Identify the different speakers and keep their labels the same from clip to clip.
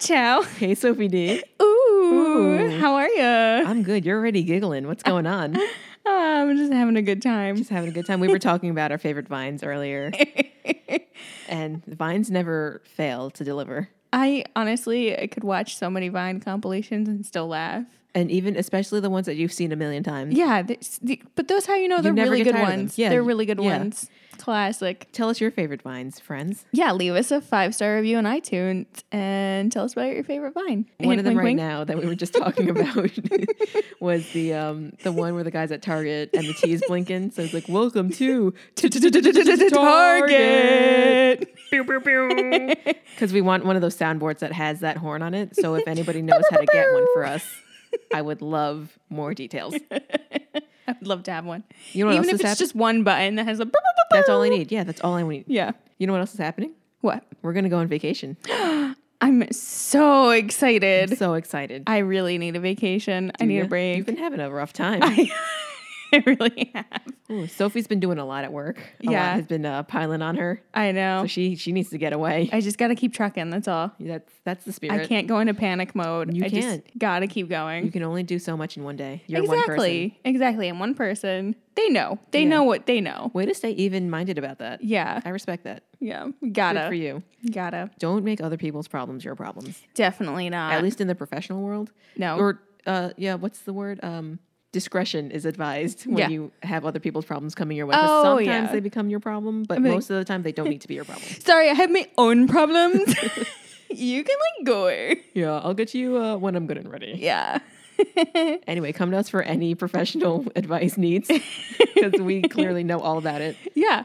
Speaker 1: Chow.
Speaker 2: Hey, Sophie D.
Speaker 1: Ooh,
Speaker 2: Ooh.
Speaker 1: how are you?
Speaker 2: I'm good. You're already giggling. What's going on?
Speaker 1: I'm just having a good time.
Speaker 2: Just having a good time. We were talking about our favorite vines earlier, and the vines never fail to deliver.
Speaker 1: I honestly I could watch so many Vine compilations and still laugh.
Speaker 2: And even, especially the ones that you've seen a million times.
Speaker 1: Yeah, this- the- but those how you know they're
Speaker 2: never
Speaker 1: really
Speaker 2: get
Speaker 1: good
Speaker 2: tired of them.
Speaker 1: ones.
Speaker 2: Yeah,
Speaker 1: they're
Speaker 2: you-
Speaker 1: really good
Speaker 2: yeah.
Speaker 1: ones. Classic.
Speaker 2: Tell us your favorite vines, friends.
Speaker 1: Yeah, leave us a five star review on iTunes and tell us about your favorite Vine.
Speaker 2: One of them
Speaker 1: Wink,
Speaker 2: right
Speaker 1: wink,
Speaker 2: now that we were just talking about was the um the one where the guy's at Target and the T is blinking. So it's like, "Welcome to
Speaker 1: wink. Target.
Speaker 2: Pew, pew, pew. Because we want one of those soundboards that has that horn on it. So if anybody knows how to get one for us, I would love more details.
Speaker 1: I would love to have one.
Speaker 2: You know what
Speaker 1: Even
Speaker 2: else
Speaker 1: if
Speaker 2: is
Speaker 1: it's
Speaker 2: happening?
Speaker 1: just one button that has a.
Speaker 2: That's all I need. Yeah, that's all I need.
Speaker 1: Yeah.
Speaker 2: You know what else is happening?
Speaker 1: What?
Speaker 2: We're gonna go on vacation.
Speaker 1: I'm so excited.
Speaker 2: So excited.
Speaker 1: I really need a vacation. I need a
Speaker 2: You've
Speaker 1: break.
Speaker 2: been having a rough time.
Speaker 1: I, really have.
Speaker 2: Ooh, Sophie's been doing a lot at work. A lot
Speaker 1: Yeah.
Speaker 2: has been uh, piling on her.
Speaker 1: I know.
Speaker 2: So she she needs to get away.
Speaker 1: I just got to keep trucking. That's all.
Speaker 2: That's that's the spirit.
Speaker 1: I can't go into panic mode.
Speaker 2: You
Speaker 1: I
Speaker 2: can't.
Speaker 1: just got to keep
Speaker 2: You
Speaker 1: going.
Speaker 2: can only do so much in one day. You're one person.
Speaker 1: Exactly. Exactly. I'm one person. They know. They
Speaker 2: Yeah.
Speaker 1: know what they know.
Speaker 2: Way to stay even minded about that.
Speaker 1: Yeah.
Speaker 2: I respect that.
Speaker 1: Yeah.
Speaker 2: Good
Speaker 1: Gotta.
Speaker 2: for you.
Speaker 1: Gotta.
Speaker 2: Don't make other people's problems your problems.
Speaker 1: Definitely not.
Speaker 2: At least in the professional world.
Speaker 1: no.
Speaker 2: Or uh yeah, what's the word? Um discretion is advised when
Speaker 1: Yeah.
Speaker 2: you have other people's problems coming your way. 'cause
Speaker 1: Oh,
Speaker 2: sometimes
Speaker 1: yeah.
Speaker 2: they become your problem, but
Speaker 1: mean-
Speaker 2: most of the time they don't need to be your problem.
Speaker 1: Sorry, I have my own problems. you can like go.
Speaker 2: yeah, I'll get you uh, when I'm good and ready.
Speaker 1: Yeah.
Speaker 2: Anyway, come to us for any professional advice needs because we clearly know all about it.
Speaker 1: yeah.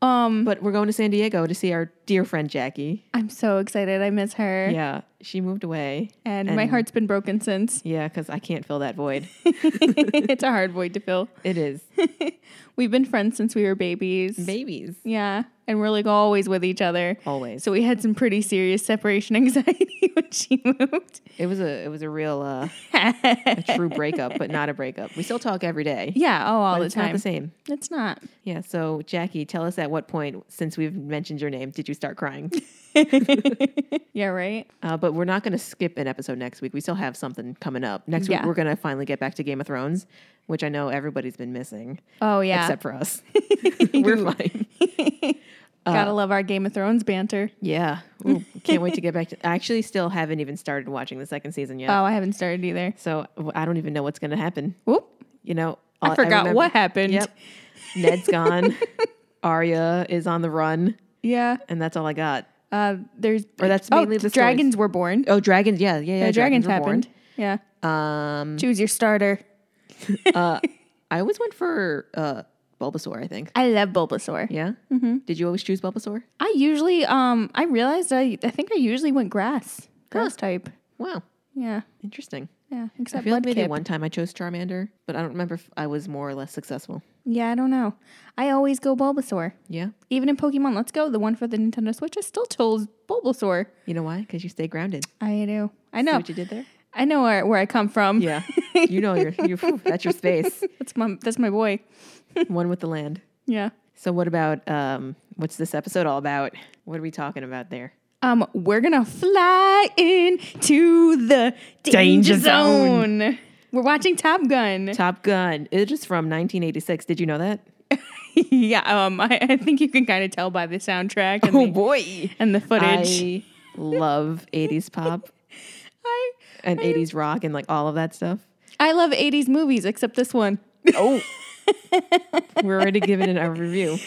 Speaker 1: Um,
Speaker 2: But we're going to San Diego to see our dear friend Jackie.
Speaker 1: I'm so excited. I miss her.
Speaker 2: Yeah, she moved away.
Speaker 1: and my
Speaker 2: And-
Speaker 1: heart's been broken since.
Speaker 2: Yeah, because I can't fill that void.
Speaker 1: it's a hard void to fill.
Speaker 2: It is
Speaker 1: We've been friends since we were babies.
Speaker 2: babies
Speaker 1: yeah. And we're like always with each other.
Speaker 2: always.
Speaker 1: So we had some pretty serious separation anxiety when she moved.
Speaker 2: It was a it was a real uh, a true breakup, but not a breakup. We still talk every day.
Speaker 1: yeah. Oh, all
Speaker 2: but
Speaker 1: the
Speaker 2: it's
Speaker 1: time.
Speaker 2: not the same.
Speaker 1: It's not.
Speaker 2: Yeah. So Jackie, tell us at what point since we've mentioned your name did you start crying?
Speaker 1: Yeah. Right.
Speaker 2: uh, but we're not going to skip an episode next week. We still have something coming up next
Speaker 1: Yeah.
Speaker 2: week. We're going to finally get back to Game of Thrones, which I know everybody's been missing
Speaker 1: Oh yeah.
Speaker 2: except for us. we're fine. uh,
Speaker 1: Gotta love our Game of Thrones banter.
Speaker 2: Yeah. Ooh, can't wait to get back to. I actually still haven't even started watching the second season yet.
Speaker 1: Oh, I haven't started either.
Speaker 2: So w- I don't even know what's going to happen.
Speaker 1: Whoop.
Speaker 2: You know, all-
Speaker 1: I forgot
Speaker 2: Oh, remember-
Speaker 1: what happened.
Speaker 2: Yep. Ned's gone. Arya is on the run,
Speaker 1: Yeah.
Speaker 2: and that's all I got.
Speaker 1: Uh, there's
Speaker 2: Or that's
Speaker 1: oh,
Speaker 2: mainly the stories.
Speaker 1: dragons were born.
Speaker 2: Oh, dragons. Yeah, yeah, yeah.
Speaker 1: yeah, dragons,
Speaker 2: were born.
Speaker 1: happened. Yeah.
Speaker 2: Um,
Speaker 1: Choose your starter.
Speaker 2: I always went for uh Bulbasaur. I think.
Speaker 1: I love Bulbasaur.
Speaker 2: Yeah. Did you always choose Bulbasaur?
Speaker 1: I usually um I realized I I think I usually went grass. Grass type.
Speaker 2: Wow,
Speaker 1: Yeah.
Speaker 2: interesting.
Speaker 1: Yeah.
Speaker 2: I
Speaker 1: Except
Speaker 2: feel like maybe
Speaker 1: Mudkip.
Speaker 2: one time I chose Charmander, but I don't remember if I was more or less successful.
Speaker 1: Yeah, I don't know. I always go Bulbasaur.
Speaker 2: Yeah.
Speaker 1: Even in Pokemon Let's Go, the one for the Nintendo Switch, I still chose Bulbasaur.
Speaker 2: You know why? Because you stay grounded.
Speaker 1: I do. I
Speaker 2: See
Speaker 1: know.
Speaker 2: what you did there?
Speaker 1: I know where, where I come from.
Speaker 2: Yeah. you know your, your that's your space.
Speaker 1: That's my that's my boy.
Speaker 2: One with the land.
Speaker 1: Yeah.
Speaker 2: So what about um what's this episode all about? What are we talking about there?
Speaker 1: Um, we're gonna fly into the danger,
Speaker 2: Danger zone.
Speaker 1: zone. We're watching Top Gun.
Speaker 2: Top Gun. It is from 1986. Did you know that?
Speaker 1: yeah, um, I, I think you can kind of tell by the soundtrack and, the,
Speaker 2: Oh, boy.
Speaker 1: and the footage.
Speaker 2: I love 80s pop
Speaker 1: I,
Speaker 2: and 80s rock and like all of that stuff.
Speaker 1: I love 80s movies, except this one.
Speaker 2: Oh. We're already giving it our review.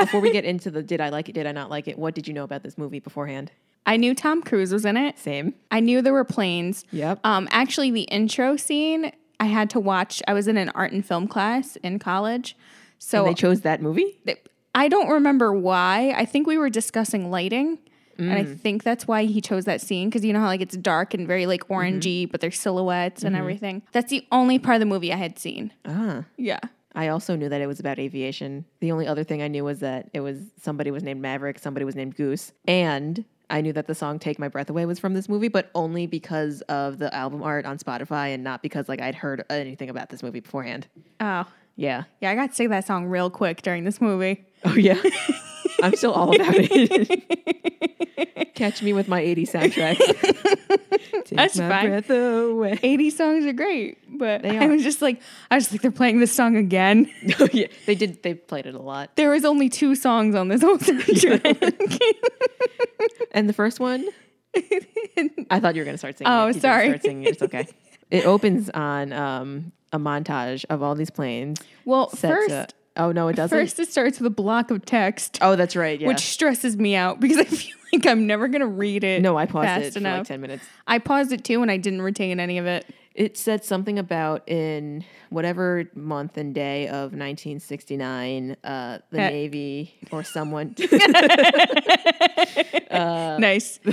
Speaker 2: Before we get into the did I like it, did I not like it, what did you know about this movie beforehand?
Speaker 1: I knew Tom Cruise was in it.
Speaker 2: Same.
Speaker 1: I knew there were planes.
Speaker 2: Yep.
Speaker 1: Um, actually, the intro scene I had to watch. I was in an art and film class in college, so
Speaker 2: They chose that movie?
Speaker 1: th- I don't remember why. I think we were discussing lighting. And I think that's why he chose that scene because you know how like it's dark and very like orangey, but there's silhouettes and everything. That's the only part of the movie I had seen.
Speaker 2: Ah.
Speaker 1: Yeah.
Speaker 2: I also knew that it was about aviation. The only other thing I knew was that it was somebody was named Maverick, somebody was named Goose, and I knew that the song "Take My Breath Away" was from this movie, but only because of the album art on Spotify, and not because like I'd heard anything about this movie beforehand.
Speaker 1: Oh.
Speaker 2: Yeah.
Speaker 1: Yeah, I got to sing that song real quick during this movie.
Speaker 2: Oh yeah. I'm still all about it. Catch me with my 80 soundtrack. Take
Speaker 1: That's
Speaker 2: my
Speaker 1: fine.
Speaker 2: breath away.
Speaker 1: 80 songs are great, but
Speaker 2: They
Speaker 1: I
Speaker 2: are.
Speaker 1: was just like, I was just like, they're playing this song again.
Speaker 2: Oh, yeah. They did they played it a lot.
Speaker 1: There was only two songs on this whole soundtrack.
Speaker 2: And the first one, I thought you were going to start singing.
Speaker 1: Oh,
Speaker 2: it. You didn't
Speaker 1: sorry.
Speaker 2: Start singing it. It's okay. it opens on um, a montage of all these planes.
Speaker 1: well,
Speaker 2: set
Speaker 1: first,
Speaker 2: to- oh no, it doesn't.
Speaker 1: first it starts with a block of text,
Speaker 2: oh, that's right. Yeah.
Speaker 1: which stresses me out because I feel like I'm never gonna read it.
Speaker 2: no, I paused
Speaker 1: fast
Speaker 2: it for
Speaker 1: enough.
Speaker 2: like ten minutes.
Speaker 1: I paused it too, and I didn't retain any of it.
Speaker 2: It said something about in whatever month and day of 1969, uh, the
Speaker 1: Eh.
Speaker 2: Navy or someone. Uh.
Speaker 1: nice.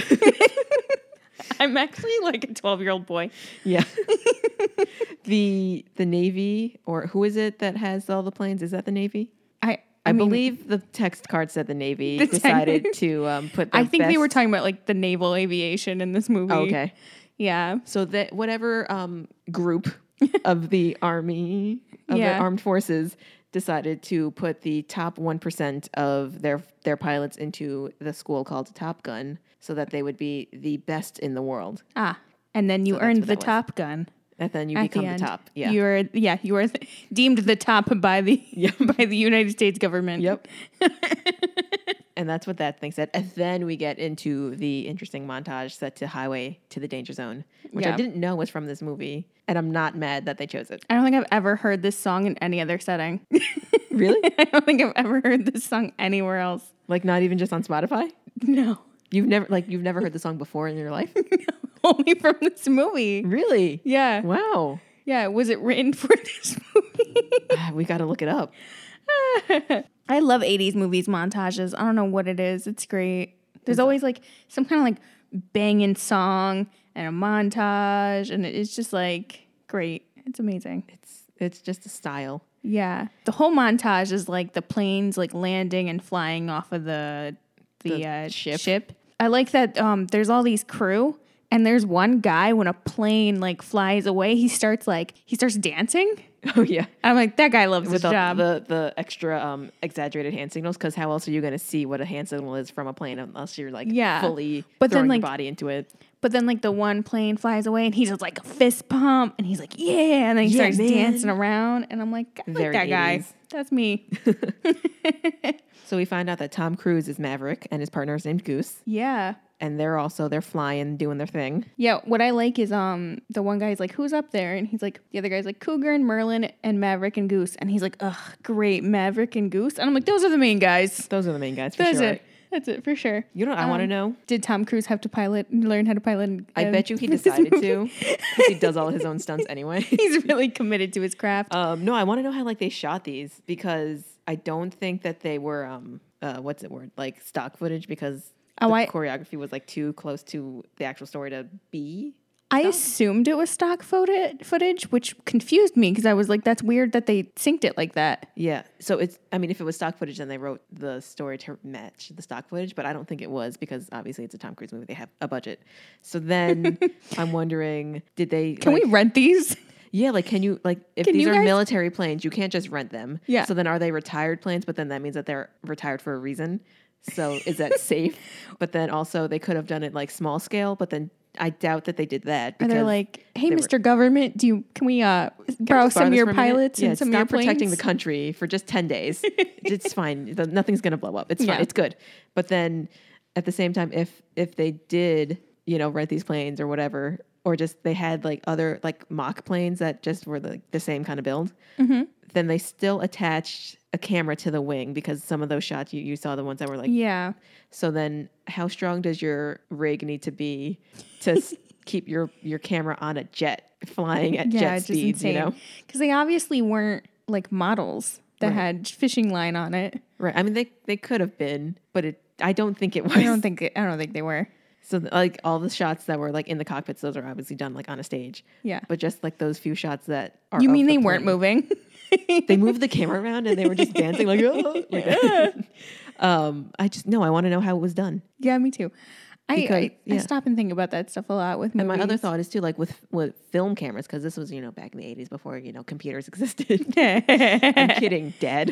Speaker 1: I'm actually like a 12 year old boy.
Speaker 2: yeah. the the Navy or who is it that has all the planes? Is that the Navy?
Speaker 1: I
Speaker 2: I,
Speaker 1: mean,
Speaker 2: believe the text card said the Navy
Speaker 1: The
Speaker 2: decided
Speaker 1: text-
Speaker 2: to um, put. Their
Speaker 1: I think they were
Speaker 2: best-
Speaker 1: talking about like the naval aviation in this movie.
Speaker 2: Oh, okay,
Speaker 1: Yeah.
Speaker 2: so that whatever um, group of the army of
Speaker 1: Yeah.
Speaker 2: the armed forces decided to put the top one percent of their their pilots into the school called Top Gun, so that they would be the best in the world,
Speaker 1: Ah. And then you
Speaker 2: that's
Speaker 1: earned
Speaker 2: what
Speaker 1: the
Speaker 2: that was.
Speaker 1: top gun.
Speaker 2: and then you
Speaker 1: at
Speaker 2: become the,
Speaker 1: end.
Speaker 2: top. Yeah.
Speaker 1: You were yeah, you were th- deemed the top by the by the United States government.
Speaker 2: Yep. and that's what that thing said. And then we get into the interesting montage set to Highway to the Danger Zone, which I
Speaker 1: Yeah.
Speaker 2: didn't know was from this movie. And I'm not mad that they chose it.
Speaker 1: I don't think I've ever heard this song in any other setting.
Speaker 2: Really?
Speaker 1: I don't think I've ever heard this song anywhere else.
Speaker 2: like not even just on Spotify?
Speaker 1: No.
Speaker 2: You've never like you've never heard the song before in your life?
Speaker 1: Only from this movie.
Speaker 2: really?
Speaker 1: Yeah.
Speaker 2: Wow.
Speaker 1: Yeah, was it written for this movie?
Speaker 2: Ah, we got to look it up.
Speaker 1: I love 80s movies montages. I don't know what it is. It's great. There's always like some kind of like banging song and a montage, and it's just like great. It's amazing.
Speaker 2: It's it's just a style.
Speaker 1: Yeah. The whole montage is like the planes like landing and flying off of the the,
Speaker 2: The
Speaker 1: uh,
Speaker 2: ship.
Speaker 1: ship. I like that um there's all these crew and there's one guy when a plane like flies away, he starts like he starts dancing.
Speaker 2: Oh yeah.
Speaker 1: I'm like that guy loves his
Speaker 2: With all
Speaker 1: job.
Speaker 2: the the extra um, exaggerated hand signals, because how else are you going to see what a hand signal is from a plane unless you're like
Speaker 1: Yeah.
Speaker 2: fully
Speaker 1: But then,
Speaker 2: throwing
Speaker 1: like-
Speaker 2: your body into it?
Speaker 1: But then like the one plane flies away and he does like a fist pump and he's like, yeah. And then he
Speaker 2: Yeah,
Speaker 1: starts
Speaker 2: man.
Speaker 1: dancing around. And I'm like, I like
Speaker 2: Very
Speaker 1: that guy.
Speaker 2: 80s.
Speaker 1: That's me.
Speaker 2: So we find out that Tom Cruise is Maverick and his partner is named Goose,
Speaker 1: yeah.
Speaker 2: and they're also they're flying, doing their thing.
Speaker 1: Yeah. What I like is um the one guy's like, who's up there? And he's like, the other guy's like, Cougar and Merlin and Maverick and Goose. And he's like, ugh, great, Maverick and Goose. And I'm like, those are the main guys.
Speaker 2: Those are the main guys for
Speaker 1: That's
Speaker 2: sure.
Speaker 1: it. That's it for sure.
Speaker 2: You know what I want to
Speaker 1: Um,
Speaker 2: know?
Speaker 1: Did Tom Cruise have to pilot learn how to pilot?
Speaker 2: I
Speaker 1: um,
Speaker 2: bet you he
Speaker 1: this
Speaker 2: decided
Speaker 1: movie?
Speaker 2: to. 'cause He does all his own stunts anyway.
Speaker 1: He's really committed to his craft.
Speaker 2: Um, no, I want to know how like they shot these because I don't think that they were um uh, what's it word like stock footage because
Speaker 1: Oh,
Speaker 2: the
Speaker 1: I-
Speaker 2: choreography was like too close to the actual story to be.
Speaker 1: I assumed it was stock photo- footage, which confused me because I was like, that's weird that they synced it like that.
Speaker 2: Yeah, so it's I mean if it was stock footage then they wrote the story to match the stock footage, but I don't think it was because obviously it's a Tom Cruise movie they have a budget. So then I'm wondering did they
Speaker 1: Can we rent these?
Speaker 2: Yeah, like can you like if
Speaker 1: Can
Speaker 2: these
Speaker 1: you
Speaker 2: are
Speaker 1: guys-
Speaker 2: military planes, you can't just rent them.
Speaker 1: Yeah.
Speaker 2: So then are they retired planes? But then that means that they're retired for a reason. So is that safe? But then also they could have done it like small scale, but then I doubt that they did that.
Speaker 1: And
Speaker 2: Because
Speaker 1: they're like, hey,
Speaker 2: they were-
Speaker 1: Mr. Government, do you can we uh borrow
Speaker 2: Just borrow
Speaker 1: some of
Speaker 2: this
Speaker 1: your
Speaker 2: for a minute.
Speaker 1: pilots
Speaker 2: yeah,
Speaker 1: and some of
Speaker 2: stop
Speaker 1: your planes?
Speaker 2: protecting the country for just ten days. it's fine. The- Nothing's gonna blow up. It's
Speaker 1: Yeah.
Speaker 2: fine. It's good. But then at the same time, if if they did, you know, rent these planes or whatever, or just they had like other like mock planes that just were the, the same kind of build,
Speaker 1: Mm-hmm.
Speaker 2: then they still attached a camera to the wing because some of those shots you, you saw the ones that were like
Speaker 1: yeah.
Speaker 2: so then, how strong does your rig need to be to s- keep your your camera on a jet flying at
Speaker 1: Yeah,
Speaker 2: jet
Speaker 1: it's just
Speaker 2: speeds?
Speaker 1: insane.
Speaker 2: You know,
Speaker 1: Because they obviously weren't like models that
Speaker 2: Right.
Speaker 1: had fishing line on it.
Speaker 2: right? I mean, they they could have been, but it I don't think it was.
Speaker 1: I don't think it, I don't think they were.
Speaker 2: so like all the shots that were like in the cockpits, those are obviously done like on a stage.
Speaker 1: Yeah.
Speaker 2: But just like those few shots that are
Speaker 1: you
Speaker 2: of
Speaker 1: mean
Speaker 2: the
Speaker 1: they weren't
Speaker 2: plane,
Speaker 1: moving?
Speaker 2: They moved the camera around and they were just dancing like, oh, like that. um, I just no, I want to know how it was done.
Speaker 1: yeah, me too. I,
Speaker 2: Because-
Speaker 1: I, I
Speaker 2: yeah.
Speaker 1: stop and think about that stuff a lot with movies.
Speaker 2: And my other thought is too, like with with film cameras, because this was you know back in the '80s before you know computers existed. I'm kidding, dead.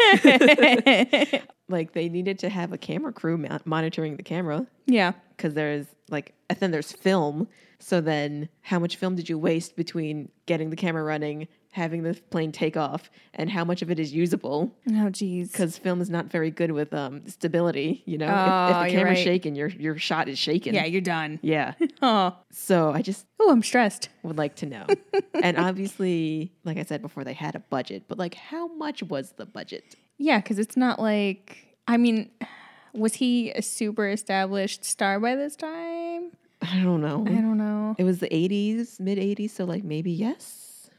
Speaker 2: like they needed to have a camera crew mo- monitoring the camera
Speaker 1: yeah.
Speaker 2: because there's like and then there's film. So then, how much film did you waste between getting the camera running, having the plane take off, and how much of it is usable?
Speaker 1: Oh, geez.
Speaker 2: Because film is not very good with um, stability. You know,
Speaker 1: Oh,
Speaker 2: if, if
Speaker 1: you're
Speaker 2: the camera's
Speaker 1: right.
Speaker 2: shaking, your your shot is shaken.
Speaker 1: Yeah, you're done.
Speaker 2: Yeah.
Speaker 1: Oh,
Speaker 2: So I just
Speaker 1: oh, I'm stressed.
Speaker 2: would like to know. and obviously, like I said before, they had a budget, but like how much was the budget?
Speaker 1: Yeah, because it's not like I mean, was he a super established star by this time?
Speaker 2: I don't know.
Speaker 1: I don't know.
Speaker 2: It was the 80s, mid 80s, so like maybe yes.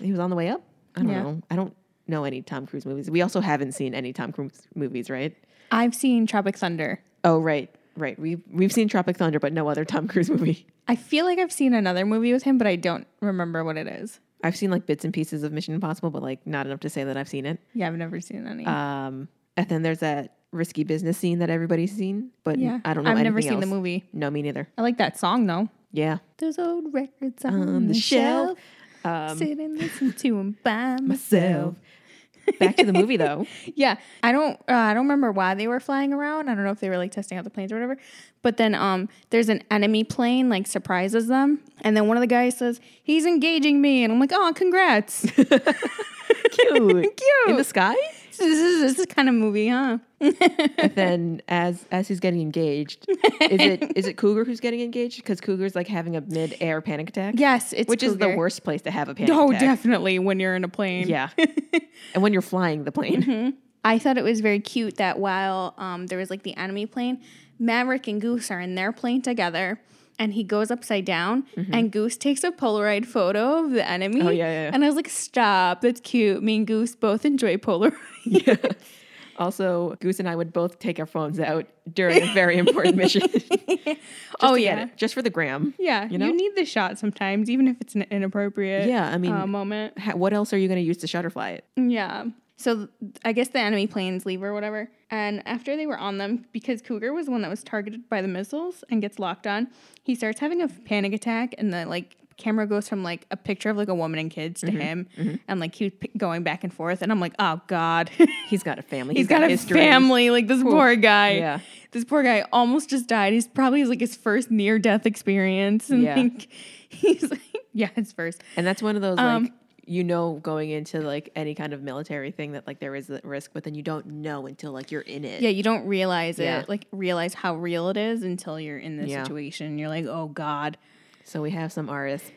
Speaker 2: He was on the way up. I don't
Speaker 1: Yeah.
Speaker 2: know. I don't know any Tom Cruise movies. We also haven't seen any Tom Cruise movies, right?
Speaker 1: I've seen Tropic Thunder.
Speaker 2: Oh, right. Right. We've we've seen Tropic Thunder, but no other Tom Cruise movie.
Speaker 1: I feel like I've seen another movie with him, but I don't remember what it is.
Speaker 2: I've seen like bits and pieces of Mission Impossible, but like not enough to say that I've seen it.
Speaker 1: Yeah, I've never seen any.
Speaker 2: Um, and then there's that risky business scene that everybody's seen, but
Speaker 1: yeah,
Speaker 2: I don't know.
Speaker 1: I've never
Speaker 2: anything
Speaker 1: seen the
Speaker 2: else.
Speaker 1: movie.
Speaker 2: No, me neither.
Speaker 1: I like that song though.
Speaker 2: Yeah.
Speaker 1: Those old records on,
Speaker 2: on
Speaker 1: the,
Speaker 2: the
Speaker 1: shelf.
Speaker 2: shelf. Um,
Speaker 1: Sit and listen to them by myself.
Speaker 2: myself. Back to the movie though.
Speaker 1: Yeah, I don't. Uh, I don't remember why they were flying around. I don't know if they were like testing out the planes or whatever. But then, um, there's an enemy plane like surprises them, and then one of the guys says he's engaging me, and I'm like, oh, congrats. Cute.
Speaker 2: Cute. In the sky?
Speaker 1: This is this is kind of movie, huh?
Speaker 2: And then as as he's getting engaged, is it is it Cougar who's getting engaged? Because Cougar's like having a mid air panic attack.
Speaker 1: Yes, it's
Speaker 2: Which is the
Speaker 1: Cougar.
Speaker 2: worst place to have a panic
Speaker 1: Oh,
Speaker 2: attack.
Speaker 1: definitely when you're in a plane.
Speaker 2: Yeah. and when you're flying the plane.
Speaker 1: Mm-hmm. I thought it was very cute that while um, there was like the enemy plane, Maverick and Goose are in their plane together. And he goes upside down, and Goose takes a Polaroid photo of the enemy.
Speaker 2: Oh, yeah, yeah, yeah.
Speaker 1: And I was like, "Stop! That's cute." Me and Goose both enjoy Polaroid.
Speaker 2: Also, Goose and I would both take our phones out during a very important mission. Just
Speaker 1: oh
Speaker 2: to get
Speaker 1: yeah,
Speaker 2: it, just for the gram.
Speaker 1: yeah. You,
Speaker 2: know?
Speaker 1: need the shot sometimes, even if it's an inappropriate
Speaker 2: Yeah, I mean-
Speaker 1: uh, moment.
Speaker 2: Ha- What else are you going to use to shutterfly it?
Speaker 1: Yeah. So th- I guess the enemy planes leave or whatever. And after they were on them, because Cougar was the one that was targeted by the missiles and gets locked on, he starts having a panic attack, and the like camera goes from like a picture of like a woman and kids to him, and like he was p- going back and forth, and I'm like, oh god,
Speaker 2: He's got a family.
Speaker 1: he's got, a
Speaker 2: history.
Speaker 1: family. Like this poor guy.
Speaker 2: Yeah.
Speaker 1: This poor guy almost just died. He's probably like his first near death experience, and
Speaker 2: Yeah.
Speaker 1: like he's like, yeah, his first.
Speaker 2: And that's one of those like
Speaker 1: Um,
Speaker 2: you know going into like any kind of military thing that like there is that risk, but then you don't know until like you're in it.
Speaker 1: Yeah, you don't realize
Speaker 2: Yeah.
Speaker 1: it, like realize how real it is until you're in this
Speaker 2: Yeah.
Speaker 1: situation. You're like, oh God.
Speaker 2: So we have some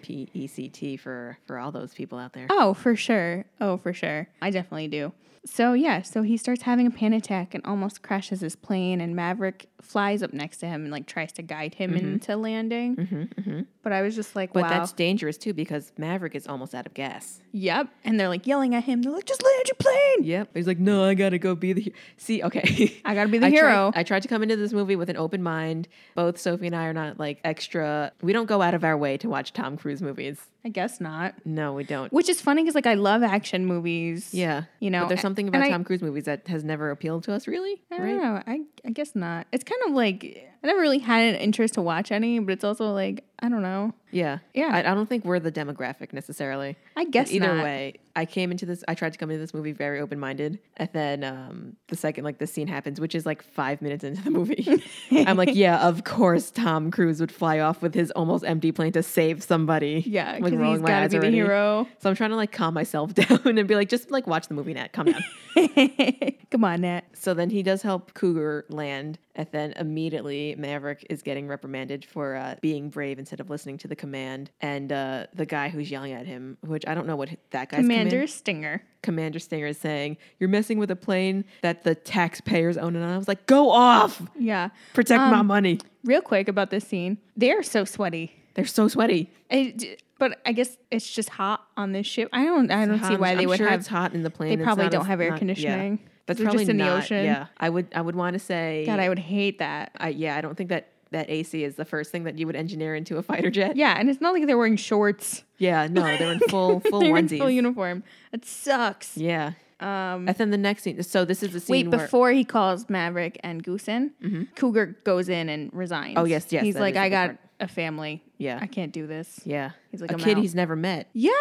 Speaker 2: RSPECT E for for all those people out there.
Speaker 1: Oh, for sure. Oh, for sure. I definitely do. So, yeah, so he starts having a panic attack and almost crashes his plane, and Maverick flies up next to him and like tries to guide him into landing. But I was just like,
Speaker 2: Mm-hmm. but
Speaker 1: wow.
Speaker 2: that's dangerous too because Maverick is almost out of gas.
Speaker 1: yep. And they're like yelling at him. They're like, just land your plane.
Speaker 2: Yep. He's like, no, I gotta go be the. He-. See, okay.
Speaker 1: I gotta be the
Speaker 2: I tried-
Speaker 1: hero.
Speaker 2: I tried to come into this movie with an open mind. Both Sophie and I are not like extra. We don't go out of our way to watch Tom Cruise movies.
Speaker 1: I guess not.
Speaker 2: No, we don't.
Speaker 1: Which is funny because like I love action movies.
Speaker 2: Yeah.
Speaker 1: You know,
Speaker 2: but there's
Speaker 1: a-
Speaker 2: something
Speaker 1: and
Speaker 2: about
Speaker 1: I-
Speaker 2: Tom Cruise movies that has never appealed to us, really.
Speaker 1: I don't know. I, I guess not. It's kind of like I never really had an interest to watch any, but it's also like I don't know.
Speaker 2: Yeah.
Speaker 1: Yeah.
Speaker 2: I, I don't think we're the demographic necessarily.
Speaker 1: I guess
Speaker 2: Either
Speaker 1: not.
Speaker 2: way, I came into this, I tried to come into this movie very open minded. And then um, the second, like, this scene happens, which is like five minutes into the movie, I'm like, yeah, of course Tom Cruise would fly off with his almost empty plane to save somebody.
Speaker 1: Yeah,
Speaker 2: Like,
Speaker 1: because he's
Speaker 2: rolling my
Speaker 1: got to
Speaker 2: eyes
Speaker 1: be the
Speaker 2: already.
Speaker 1: hero.
Speaker 2: So I'm trying to like calm myself down and be like, just like watch the movie, Nat. Calm down.
Speaker 1: Come on, Nat.
Speaker 2: So then he does help Cougar land, and then immediately Maverick is getting reprimanded for uh, being brave instead of listening to the command. And uh, the guy who's yelling at him, which I don't know what that guy's command-
Speaker 1: Commander Stinger.
Speaker 2: Commander Stinger is saying, "You're messing with a plane that the taxpayers own." And I was like, "Go off,
Speaker 1: Yeah.
Speaker 2: protect
Speaker 1: Um,
Speaker 2: my money."
Speaker 1: Real quick about this scene, they are so sweaty.
Speaker 2: They're so sweaty.
Speaker 1: I d but I guess it's just hot on this ship. I don't. I don't see
Speaker 2: Hot-
Speaker 1: why they
Speaker 2: I'm
Speaker 1: would
Speaker 2: sure
Speaker 1: have
Speaker 2: It's hot in the plane. It's
Speaker 1: probably
Speaker 2: not
Speaker 1: don't
Speaker 2: as-
Speaker 1: have air
Speaker 2: not- yeah.
Speaker 1: conditioning.
Speaker 2: That's
Speaker 1: They're just
Speaker 2: probably
Speaker 1: in the
Speaker 2: not-
Speaker 1: ocean.
Speaker 2: Yeah, I would. I would want to say.
Speaker 1: God, I would hate that.
Speaker 2: I, yeah, I don't think that that AC is the first thing that you would engineer into a fighter jet.
Speaker 1: Yeah, and it's not like they're wearing shorts.
Speaker 2: Yeah, no, they're in full full
Speaker 1: They're in
Speaker 2: onesies.
Speaker 1: full uniform. It sucks.
Speaker 2: yeah.
Speaker 1: Um,
Speaker 2: And then the next scene. So this is the scene
Speaker 1: wait,
Speaker 2: where
Speaker 1: before he calls Maverick and Goose in, Cougar goes in and resigns.
Speaker 2: Mm-hmm. Oh, yes, yes,
Speaker 1: He's
Speaker 2: that
Speaker 1: like,
Speaker 2: is a
Speaker 1: I
Speaker 2: good
Speaker 1: got
Speaker 2: part.
Speaker 1: a family.
Speaker 2: Yeah.
Speaker 1: I can't do this.
Speaker 2: yeah,
Speaker 1: He's
Speaker 2: he's
Speaker 1: like,
Speaker 2: like a
Speaker 1: "I'm
Speaker 2: kid
Speaker 1: out."
Speaker 2: he's never met.
Speaker 1: Yeah,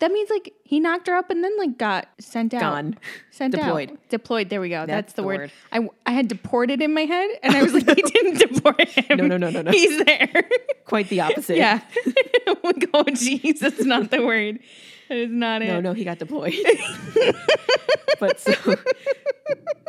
Speaker 1: that means like he knocked her up and then like got sent out.
Speaker 2: Gone.
Speaker 1: Sent
Speaker 2: Deployed.
Speaker 1: out. Deployed. There we go. That's,
Speaker 2: That's
Speaker 1: the,
Speaker 2: the
Speaker 1: word.
Speaker 2: word.
Speaker 1: I, I had deported in my head and I was like, he didn't deport him.
Speaker 2: No, no, no, no, no.
Speaker 1: He's there.
Speaker 2: Quite the opposite.
Speaker 1: yeah. I'm like, oh, jeez, that's not the word. That is not it.
Speaker 2: No, no, he got deployed. but so,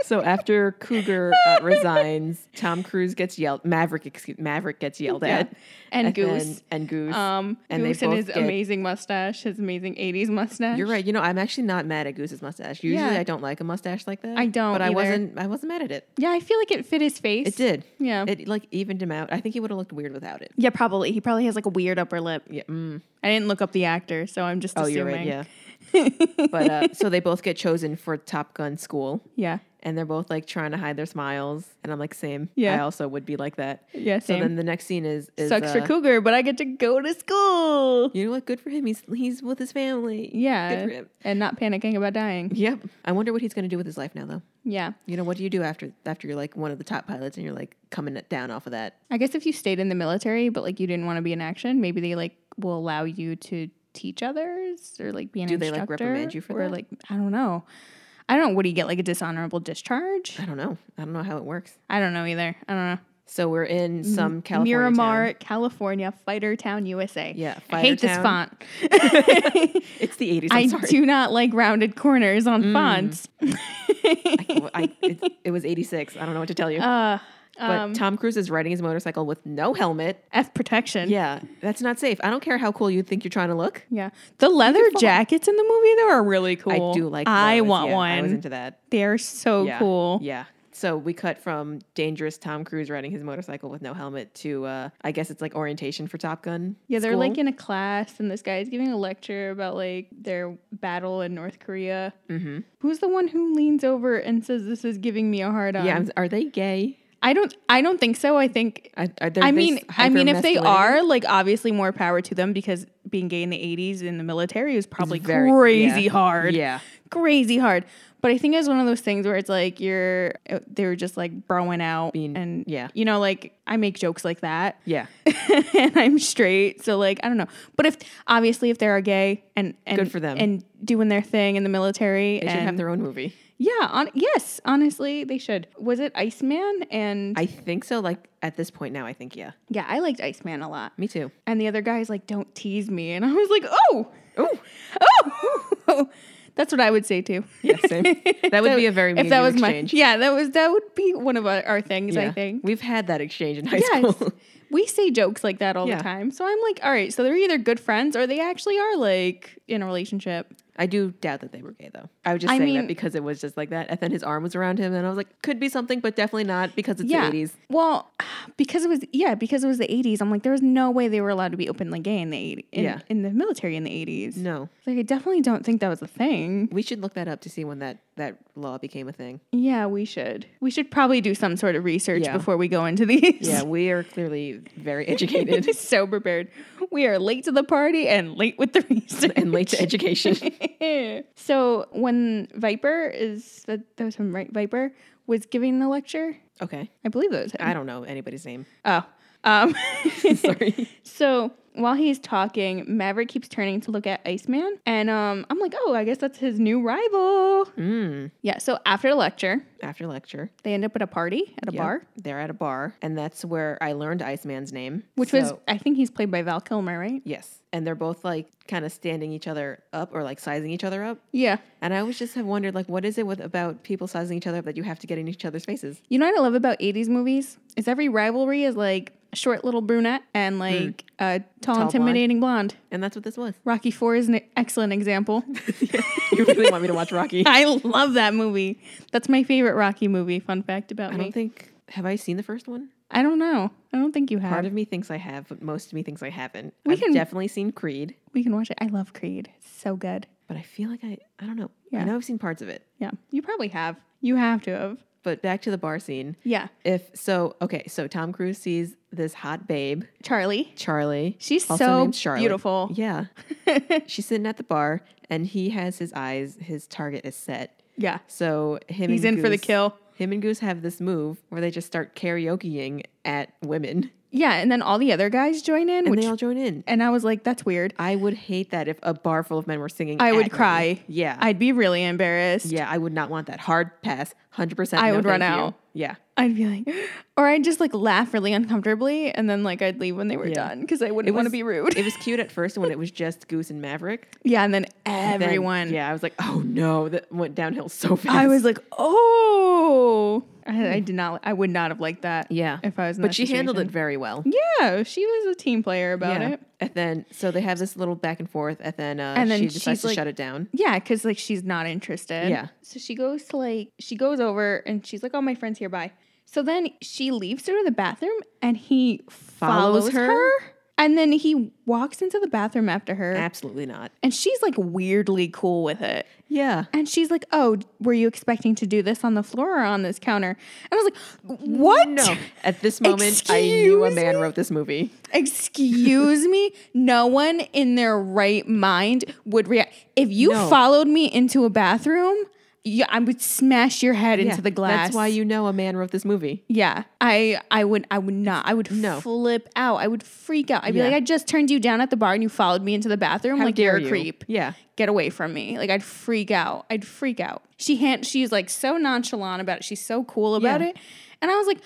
Speaker 2: so after Cougar uh, resigns, Tom Cruise gets yelled. Maverick, excuse, Maverick gets yelled
Speaker 1: Yeah.
Speaker 2: at,
Speaker 1: And
Speaker 2: then-
Speaker 1: Goose.
Speaker 2: and Goose.
Speaker 1: Um,
Speaker 2: And they
Speaker 1: Goose and
Speaker 2: both
Speaker 1: his
Speaker 2: get-
Speaker 1: amazing mustache, his amazing 80s mustache.
Speaker 2: You're right. You know, I'm actually not mad at Goose's mustache. Usually,
Speaker 1: Yeah.
Speaker 2: I don't like a mustache like that.
Speaker 1: I don't
Speaker 2: But I
Speaker 1: either.
Speaker 2: wasn't. I wasn't mad at it.
Speaker 1: Yeah, I feel like it fit his face.
Speaker 2: It did.
Speaker 1: Yeah.
Speaker 2: It like evened him out. I think he would have looked weird without it.
Speaker 1: yeah, probably. He probably has like a weird upper lip.
Speaker 2: Yeah. Mm.
Speaker 1: I didn't look up the actor, so I'm just
Speaker 2: Oh,
Speaker 1: assuming.
Speaker 2: you're right. Yeah. but uh, so they both get chosen for Top Gun school,
Speaker 1: Yeah.
Speaker 2: and they're both like trying to hide their smiles. And I'm like, same.
Speaker 1: Yeah.
Speaker 2: I also would be like that.
Speaker 1: Yeah,
Speaker 2: So
Speaker 1: same.
Speaker 2: then the next scene is, is
Speaker 1: sucks for
Speaker 2: uh,
Speaker 1: Cougar, but I get to go to school.
Speaker 2: You know what? Good for him. He's he's with his family. Good
Speaker 1: Yeah.
Speaker 2: for him.
Speaker 1: And not panicking about dying.
Speaker 2: Yep. I wonder what he's going to do with his life now, though.
Speaker 1: Yeah.
Speaker 2: You know, what do you do after after you're like one of the top pilots and you're like coming down off of that?
Speaker 1: I guess if you stayed in the military, but like you didn't want to be in action, maybe they like will allow you to teach others or like be an
Speaker 2: Do they,
Speaker 1: instructor.
Speaker 2: like, reprimand you for
Speaker 1: or
Speaker 2: that?
Speaker 1: like I don't know. I don't know. Would he get like a dishonorable discharge?
Speaker 2: I don't know. I don't know how it works.
Speaker 1: I don't know either. I don't know.
Speaker 2: So we're in some California town.
Speaker 1: Miramar, California, Fighter Town, USA.
Speaker 2: Yeah,
Speaker 1: I hate this
Speaker 2: Fightertown.
Speaker 1: font.
Speaker 2: It's the 80s. I'm
Speaker 1: I
Speaker 2: sorry. Mm.
Speaker 1: do not like rounded corners on fonts.
Speaker 2: I, I- it, it was 86. I don't know what to tell you.
Speaker 1: Uh,
Speaker 2: but Tom Cruise is riding his motorcycle with no helmet.
Speaker 1: F protection.
Speaker 2: Yeah, that's not safe. I don't care how cool you think you're trying to look.
Speaker 1: Yeah. The leather jackets in the movie though are really cool.
Speaker 2: I do like
Speaker 1: I
Speaker 2: those.
Speaker 1: want
Speaker 2: Yeah,
Speaker 1: one.
Speaker 2: I was into that.
Speaker 1: They're so
Speaker 2: Yeah.
Speaker 1: cool.
Speaker 2: Yeah. So we cut from dangerous Tom Cruise riding his motorcycle with no helmet to uh I guess it's like orientation for Top Gun.
Speaker 1: Yeah, they're
Speaker 2: school.
Speaker 1: like in a class and this guy is giving a lecture about like their battle in North Korea. Mm-hmm. Who's the one who leans over and says this is giving me a hard on?
Speaker 2: Yeah, I'm- are they gay?
Speaker 1: I don't I don't think so. I think
Speaker 2: I, are they,
Speaker 1: I mean, I mean, if they are, like, obviously, more power to them because being gay in the '80s in the military was probably
Speaker 2: very-
Speaker 1: crazy
Speaker 2: yeah.
Speaker 1: hard.
Speaker 2: Yeah.
Speaker 1: crazy hard. But I think it was one of those things where it's like you're they were just like broing out
Speaker 2: Being-
Speaker 1: and
Speaker 2: yeah.
Speaker 1: you know, like I make jokes like that.
Speaker 2: yeah,
Speaker 1: and I'm straight. So like I don't know. But if obviously if they are gay and, and
Speaker 2: Good for them.
Speaker 1: and doing their thing in the military
Speaker 2: they
Speaker 1: and
Speaker 2: should have their own movie.
Speaker 1: yeah, on yes, honestly they should. Was it Iceman and
Speaker 2: I think so. Like at this point now, I think yeah.
Speaker 1: yeah, I liked Iceman a lot.
Speaker 2: Me too.
Speaker 1: And the other guy's like, "Don't tease me," and I was like, "Oh,
Speaker 2: Oh,
Speaker 1: oh, that's what I would say too."
Speaker 2: yeah, same. That would be a very
Speaker 1: if that was
Speaker 2: exchange.
Speaker 1: my yeah, that was that would be one of our, our things. I
Speaker 2: Yeah.
Speaker 1: think
Speaker 2: we've had that exchange in high
Speaker 1: yes,
Speaker 2: school.
Speaker 1: we say jokes like that all
Speaker 2: Yeah.
Speaker 1: the time. So I'm like, all right, so they're either good friends or they actually are like in a relationship.
Speaker 2: I do doubt that they were gay though. I was just
Speaker 1: I
Speaker 2: saying
Speaker 1: mean-
Speaker 2: that because it was just like that. And then his arm was around him, and I was like, could be something, but definitely not because it's
Speaker 1: yeah.
Speaker 2: the 80s.
Speaker 1: Well, because it was yeah, because it was the 80s. I'm like, there was no way they were allowed to be openly gay in the 80s. In,
Speaker 2: Yeah.
Speaker 1: in the military in the 80s.
Speaker 2: No,
Speaker 1: Like, I definitely don't think that was a thing.
Speaker 2: we should look that up to see when that that law became a thing.
Speaker 1: Yeah, we should. We should probably do some sort of research
Speaker 2: Yeah.
Speaker 1: before we go into these.
Speaker 2: Yeah, we are clearly very educated
Speaker 1: so prepared. We are late to the party and late with the research.
Speaker 2: and late to education.
Speaker 1: so when Viper is that that was him, right? Viper was giving the lecture.
Speaker 2: Okay,
Speaker 1: I believe that was him.
Speaker 2: I don't know anybody's name.
Speaker 1: Oh. Um,
Speaker 2: Sorry.
Speaker 1: so while he's talking, Maverick keeps turning to look at Iceman. And um, I'm like, oh, I guess that's his new rival.
Speaker 2: Mm.
Speaker 1: Yeah. So after the lecture,
Speaker 2: After lecture,
Speaker 1: they end up at a party at a
Speaker 2: Yep,
Speaker 1: bar,
Speaker 2: They're at a bar, and that's where I learned Iceman's name,
Speaker 1: which was,
Speaker 2: So-
Speaker 1: I think he's played by Val Kilmer, right?
Speaker 2: yes. And they're both like kind of standing each other up or like sizing each other up.
Speaker 1: Yeah.
Speaker 2: And I always just have wondered, like, what is it with about people sizing each other up that you have to get in each other's faces?
Speaker 1: You know what I love about 80s movies? Is every rivalry is like a short little brunette and like a tall,
Speaker 2: Hmm. blonde.
Speaker 1: intimidating blonde.
Speaker 2: And that's what this was.
Speaker 1: Rocky 4 is an excellent example.
Speaker 2: you really want me to watch Rocky?
Speaker 1: I love that movie. That's my favorite Rocky movie. Fun fact about
Speaker 2: I
Speaker 1: me.
Speaker 2: don't think. Have I seen the first one?
Speaker 1: I don't know. I don't think you have.
Speaker 2: Part of me thinks I have, but most of me thinks I haven't.
Speaker 1: We
Speaker 2: I've
Speaker 1: can-
Speaker 2: definitely seen Creed,
Speaker 1: we can watch it. I love Creed. It's so good.
Speaker 2: but I feel like I, I don't know.
Speaker 1: Yeah.
Speaker 2: I know I've seen parts of it.
Speaker 1: Yeah. You probably have. You have to have.
Speaker 2: But back to the bar scene.
Speaker 1: Yeah.
Speaker 2: If so, okay, so Tom Cruise sees this hot babe,
Speaker 1: Charlie.
Speaker 2: Charlie.
Speaker 1: She's
Speaker 2: also
Speaker 1: so
Speaker 2: named Charlotte.
Speaker 1: beautiful.
Speaker 2: Yeah. She's sitting at the bar and he has his eyes, his target is set.
Speaker 1: Yeah.
Speaker 2: So him
Speaker 1: He's
Speaker 2: and
Speaker 1: in for the
Speaker 2: Goose-
Speaker 1: kill.
Speaker 2: Him and Goose have this move where they just start karaokeing at women,
Speaker 1: Yeah, and then all the other guys join in,
Speaker 2: and
Speaker 1: which
Speaker 2: they all join in.
Speaker 1: and I was like, that's weird.
Speaker 2: I would hate that if a bar full of men were singing.
Speaker 1: I
Speaker 2: at
Speaker 1: would
Speaker 2: women.
Speaker 1: cry.
Speaker 2: Yeah,
Speaker 1: I'd be really embarrassed.
Speaker 2: yeah, I would not want that. Hard pass, hundred percent.
Speaker 1: I would run out.
Speaker 2: Yeah,
Speaker 1: I'd be like, or I'd just like laugh really uncomfortably, and then like I'd leave when they were
Speaker 2: Yeah.
Speaker 1: done because I wouldn't want to
Speaker 2: was-
Speaker 1: be rude.
Speaker 2: it was cute at first when it was just Goose and Maverick.
Speaker 1: yeah, and then
Speaker 2: Then,
Speaker 1: everyone.
Speaker 2: yeah, I was like, oh no, that went downhill so fast.
Speaker 1: I was like, oh, I, I did not. I would not have liked that.
Speaker 2: yeah,
Speaker 1: if I was, in
Speaker 2: but
Speaker 1: that
Speaker 2: she handled it
Speaker 1: situation.
Speaker 2: very well.
Speaker 1: Yeah, she was a team player about it.
Speaker 2: And then so they have this little back and forth, and then uh,
Speaker 1: And then
Speaker 2: she decides
Speaker 1: she's
Speaker 2: to
Speaker 1: like-
Speaker 2: shut it down.
Speaker 1: Yeah, because like she's not interested.
Speaker 2: Yeah.
Speaker 1: So she goes to like she goes over and she's like, "Oh, my friend's here. Bye." So then she leaves her to the bathroom, and he follows,
Speaker 2: Follows
Speaker 1: her.
Speaker 2: her?
Speaker 1: And then he walks into the bathroom after her,
Speaker 2: Absolutely not.
Speaker 1: and she's like weirdly cool with it.
Speaker 2: Yeah.
Speaker 1: And she's like, "Oh, were you expecting to do this on the floor or on this counter?" And I was like, "What?
Speaker 2: No. At this moment, I knew a
Speaker 1: Excuse
Speaker 2: man wrote this movie.
Speaker 1: Excuse me? No one in their right mind would react. If you
Speaker 2: No.
Speaker 1: followed me into a bathroom, you, I would smash your head
Speaker 2: Yeah,
Speaker 1: into the glass.
Speaker 2: That's why you know a man wrote this movie.
Speaker 1: Yeah, I, I would, I would not. I would
Speaker 2: No.
Speaker 1: flip out. I would freak out. I'd be
Speaker 2: Yeah.
Speaker 1: like, I just turned you down at the bar and you followed me into the bathroom.
Speaker 2: How
Speaker 1: like you're
Speaker 2: dare
Speaker 1: a
Speaker 2: you?
Speaker 1: creep.
Speaker 2: Yeah.
Speaker 1: Get away from me. Like I'd freak out. I'd freak out. She hand, she's like so nonchalant about it. She's so cool about
Speaker 2: Yeah.
Speaker 1: it. And I was like,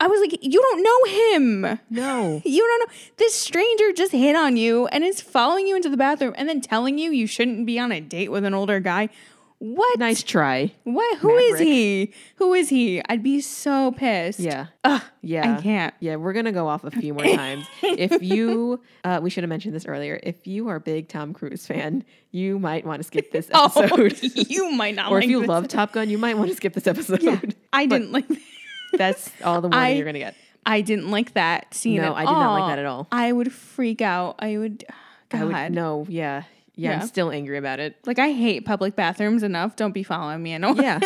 Speaker 1: I was like, you don't know him.
Speaker 2: No.
Speaker 1: You don't know. This stranger just hit on you and is following you into the bathroom and then telling you you shouldn't be on a date with an older guy. What?
Speaker 2: nice try.
Speaker 1: What? Who is
Speaker 2: Maverick.
Speaker 1: he? Who is he? I'd be so pissed.
Speaker 2: Yeah.
Speaker 1: Ugh,
Speaker 2: Yeah.
Speaker 1: I can't.
Speaker 2: Yeah, we're gonna go off a few more times. if you, uh, we should have mentioned this earlier. If you are a big Tom Cruise fan, you might want to skip this
Speaker 1: Oh,
Speaker 2: episode.
Speaker 1: you might not.
Speaker 2: or
Speaker 1: like
Speaker 2: if you
Speaker 1: this.
Speaker 2: love Top Gun, you might want to skip this episode.
Speaker 1: yeah, I
Speaker 2: But
Speaker 1: didn't like.
Speaker 2: That's all the warning
Speaker 1: I-
Speaker 2: you're gonna get.
Speaker 1: I didn't like that scene.
Speaker 2: No,
Speaker 1: at
Speaker 2: I did not like that at all.
Speaker 1: I would freak out. I would. God.
Speaker 2: I would no. Yeah. yeah.
Speaker 1: Yeah.
Speaker 2: I'm still angry about it.
Speaker 1: Like I hate public bathrooms enough. Don't be following me. I know.
Speaker 2: Yeah.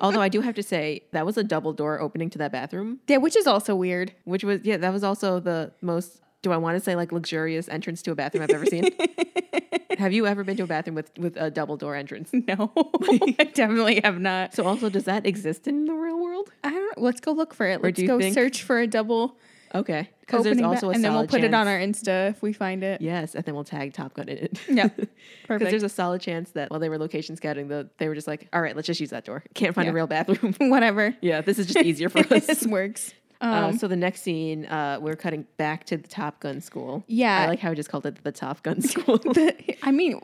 Speaker 2: Although I do have to say that was a double door opening to that bathroom,
Speaker 1: yeah, which is also weird.
Speaker 2: which was yeah, that was also the most do I want to say like luxurious entrance to a bathroom I've ever seen. have you ever been to a bathroom with with a double door entrance?
Speaker 1: No, I definitely have not.
Speaker 2: So also does that exist in the real world?
Speaker 1: I don't. Let's go look for it. Let's
Speaker 2: do you
Speaker 1: go
Speaker 2: think-
Speaker 1: search for a double
Speaker 2: Okay. Cuz
Speaker 1: opening,
Speaker 2: there's
Speaker 1: ba-
Speaker 2: also a
Speaker 1: and then we'll
Speaker 2: solid
Speaker 1: put it on
Speaker 2: chance-
Speaker 1: our Insta if we find it.
Speaker 2: Yes, and then we'll tag Top Gun in it.
Speaker 1: Yep.
Speaker 2: Because
Speaker 1: Perfect.
Speaker 2: there's a solid chance that while they were location scouting, the, they were just like, all right, let's just use that door. Can't find
Speaker 1: Yeah.
Speaker 2: a real bathroom.
Speaker 1: Whatever.
Speaker 2: yeah, this is just easier for us.
Speaker 1: this works.
Speaker 2: Uh,
Speaker 1: Um,
Speaker 2: so the next scene, uh, we're cutting back to the Top Gun school.
Speaker 1: Yeah.
Speaker 2: I like how I just called it the Top Gun school.
Speaker 1: I mean,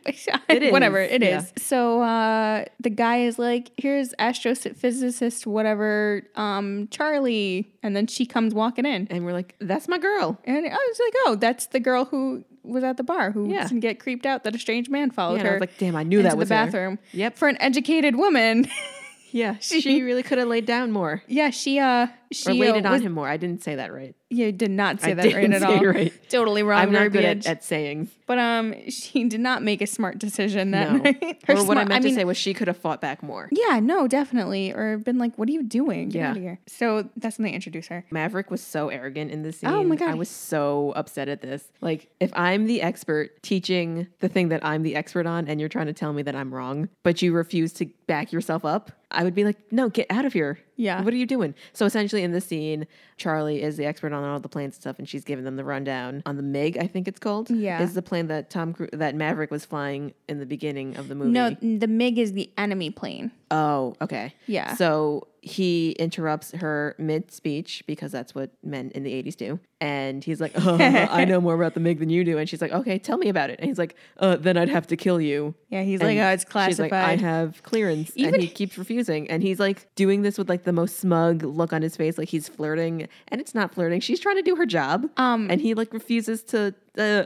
Speaker 2: It
Speaker 1: whatever
Speaker 2: is,
Speaker 1: it is.
Speaker 2: yeah.
Speaker 1: So uh, the guy is like, "Here's astrophysicist, whatever, um, Charlie," and then she comes walking in,
Speaker 2: and we're like, that's my girl.
Speaker 1: and I was like, "Oh, that's the girl who was at the bar who
Speaker 2: Yeah.
Speaker 1: didn't get creeped out that a strange man
Speaker 2: Yeah,
Speaker 1: followed
Speaker 2: and I
Speaker 1: her
Speaker 2: was like, damn, I knew
Speaker 1: into
Speaker 2: that was
Speaker 1: the
Speaker 2: her."
Speaker 1: bathroom."
Speaker 2: Yep.
Speaker 1: For an educated woman,
Speaker 2: Yeah. She, really could have laid down more
Speaker 1: Yeah, she uh she
Speaker 2: or laid
Speaker 1: uh,
Speaker 2: it on
Speaker 1: was-
Speaker 2: him more. I didn't say that right.
Speaker 1: You did not say
Speaker 2: I
Speaker 1: that right
Speaker 2: didn't
Speaker 1: at
Speaker 2: say
Speaker 1: all.
Speaker 2: right.
Speaker 1: Totally wrong
Speaker 2: I'm not good
Speaker 1: verbiage.
Speaker 2: at, at sayings.
Speaker 1: but um, she did not make a smart decision that
Speaker 2: No.
Speaker 1: night.
Speaker 2: or what I
Speaker 1: smart-
Speaker 2: meant to
Speaker 1: mean,
Speaker 2: say was she could have fought back more.
Speaker 1: Yeah, no, definitely. Or been like, what are you doing? Get
Speaker 2: Yeah.
Speaker 1: out of here. So that's when they introduce her.
Speaker 2: Maverick was so arrogant in this scene.
Speaker 1: Oh my God.
Speaker 2: I was so upset at this. Like, if I'm the expert teaching the thing that I'm the expert on, and you're trying to tell me that I'm wrong, but you refuse to back yourself up, I would be like, "No, get out of here!
Speaker 1: Yeah.
Speaker 2: what are you doing?" So essentially, in this scene, Charlie is the expert on all the planes and stuff, and she's giving them the rundown on the Mig. I think it's called.
Speaker 1: Yeah.
Speaker 2: is the plane that Tom Cru- that Maverick was flying in the beginning of the movie.
Speaker 1: No, the MiG is the enemy plane.
Speaker 2: Oh, okay.
Speaker 1: Yeah.
Speaker 2: So he interrupts her mid speech because that's what men in the 80s do. And he's like, uh, I know more about the MiG than you do. And she's like, okay, tell me about it. And he's like, uh, then I'd have to kill you.
Speaker 1: Yeah, he's
Speaker 2: And
Speaker 1: like, oh, it's
Speaker 2: She's like, I
Speaker 1: classified.
Speaker 2: have clearance.
Speaker 1: Even-
Speaker 2: and he keeps refusing. And he's like doing this with like the most smug look on his face. Like he's flirting. And it's not flirting. She's trying to do her job.
Speaker 1: Um,
Speaker 2: and he like refuses to. Uh,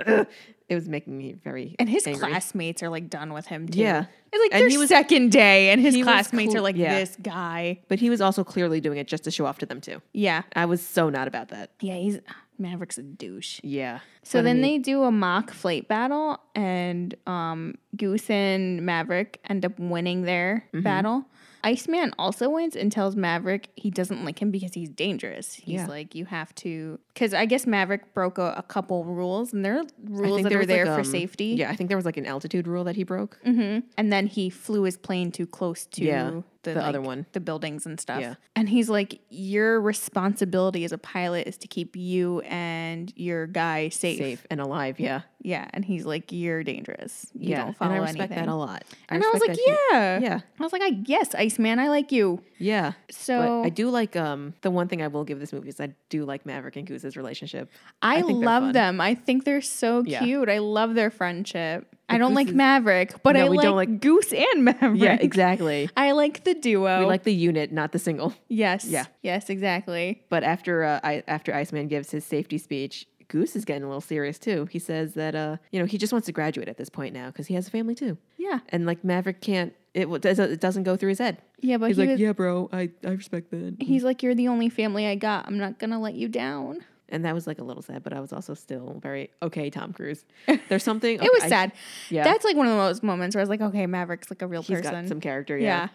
Speaker 2: it was making me very.
Speaker 1: and his
Speaker 2: angry.
Speaker 1: classmates are like done with him too.
Speaker 2: Yeah.
Speaker 1: It's like
Speaker 2: And
Speaker 1: their
Speaker 2: he was-
Speaker 1: second day, and his
Speaker 2: he was
Speaker 1: classmates
Speaker 2: cool-
Speaker 1: are like
Speaker 2: yeah.
Speaker 1: this guy.
Speaker 2: But he was also clearly doing it just to show off to them too.
Speaker 1: Yeah.
Speaker 2: I was so not about that.
Speaker 1: Yeah, he's Maverick's a douche.
Speaker 2: Yeah.
Speaker 1: So then they do a mock flight battle,
Speaker 2: Mm-hmm.
Speaker 1: and um, Goose and Maverick end up winning their battle. Iceman also wins and tells Maverick he doesn't like him because he's dangerous. He's
Speaker 2: Yeah.
Speaker 1: like, you have to, because I guess Maverick broke a, a couple rules, and there are
Speaker 2: I
Speaker 1: rules
Speaker 2: think
Speaker 1: that are
Speaker 2: was,
Speaker 1: there
Speaker 2: like,
Speaker 1: for
Speaker 2: um,
Speaker 1: safety.
Speaker 2: Yeah, I think there was like an altitude rule that he broke.
Speaker 1: hmm And then he flew his plane too close to
Speaker 2: Yeah,
Speaker 1: the,
Speaker 2: the other
Speaker 1: like,
Speaker 2: one.
Speaker 1: the buildings and stuff.
Speaker 2: Yeah.
Speaker 1: And he's like, Your responsibility as a pilot is to keep you and your guy safe.
Speaker 2: Safe and alive, yeah.
Speaker 1: Yeah. And he's like, You're dangerous. You
Speaker 2: yeah.
Speaker 1: don't follow
Speaker 2: and I respect
Speaker 1: anything.
Speaker 2: that a lot.
Speaker 1: and I was like,
Speaker 2: respect that
Speaker 1: Yeah.
Speaker 2: he- Yeah.
Speaker 1: I was like, I guess, Iceman, I like you.
Speaker 2: Yeah.
Speaker 1: So
Speaker 2: but I do like um the one thing I will give this movie is I do like Maverick and Goose's relationship.
Speaker 1: I,
Speaker 2: I think they're
Speaker 1: love
Speaker 2: fun.
Speaker 1: them. I think they're so
Speaker 2: Yeah.
Speaker 1: cute. I love their friendship. I don't
Speaker 2: Goose
Speaker 1: like
Speaker 2: is-
Speaker 1: Maverick, but
Speaker 2: No,
Speaker 1: I
Speaker 2: we
Speaker 1: like,
Speaker 2: don't
Speaker 1: Goose and Maverick.
Speaker 2: exactly.
Speaker 1: I like the duo.
Speaker 2: We like the unit, not the single.
Speaker 1: yes.
Speaker 2: Yeah.
Speaker 1: Yes, exactly.
Speaker 2: But after uh, I, after Iceman gives his safety speech, Goose is getting a little serious too. He says that uh, you know, he just wants to graduate at this point now because he has a family too,
Speaker 1: Yeah.
Speaker 2: and like Maverick can't. It w- doesn't. It doesn't go through his head.
Speaker 1: Yeah, but
Speaker 2: He's
Speaker 1: he
Speaker 2: like,
Speaker 1: was,
Speaker 2: yeah, bro, I, I respect that.
Speaker 1: he's like, you're the only family I got. I'm not gonna let you down.
Speaker 2: And that was like a little sad, but I was also still very okay. Tom Cruise. There's something.
Speaker 1: It was
Speaker 2: I-
Speaker 1: sad.
Speaker 2: yeah.
Speaker 1: That's like one of those moments where I was like, okay, Maverick's like a real
Speaker 2: He's
Speaker 1: person.
Speaker 2: got some character.
Speaker 1: yeah.
Speaker 2: Yeah.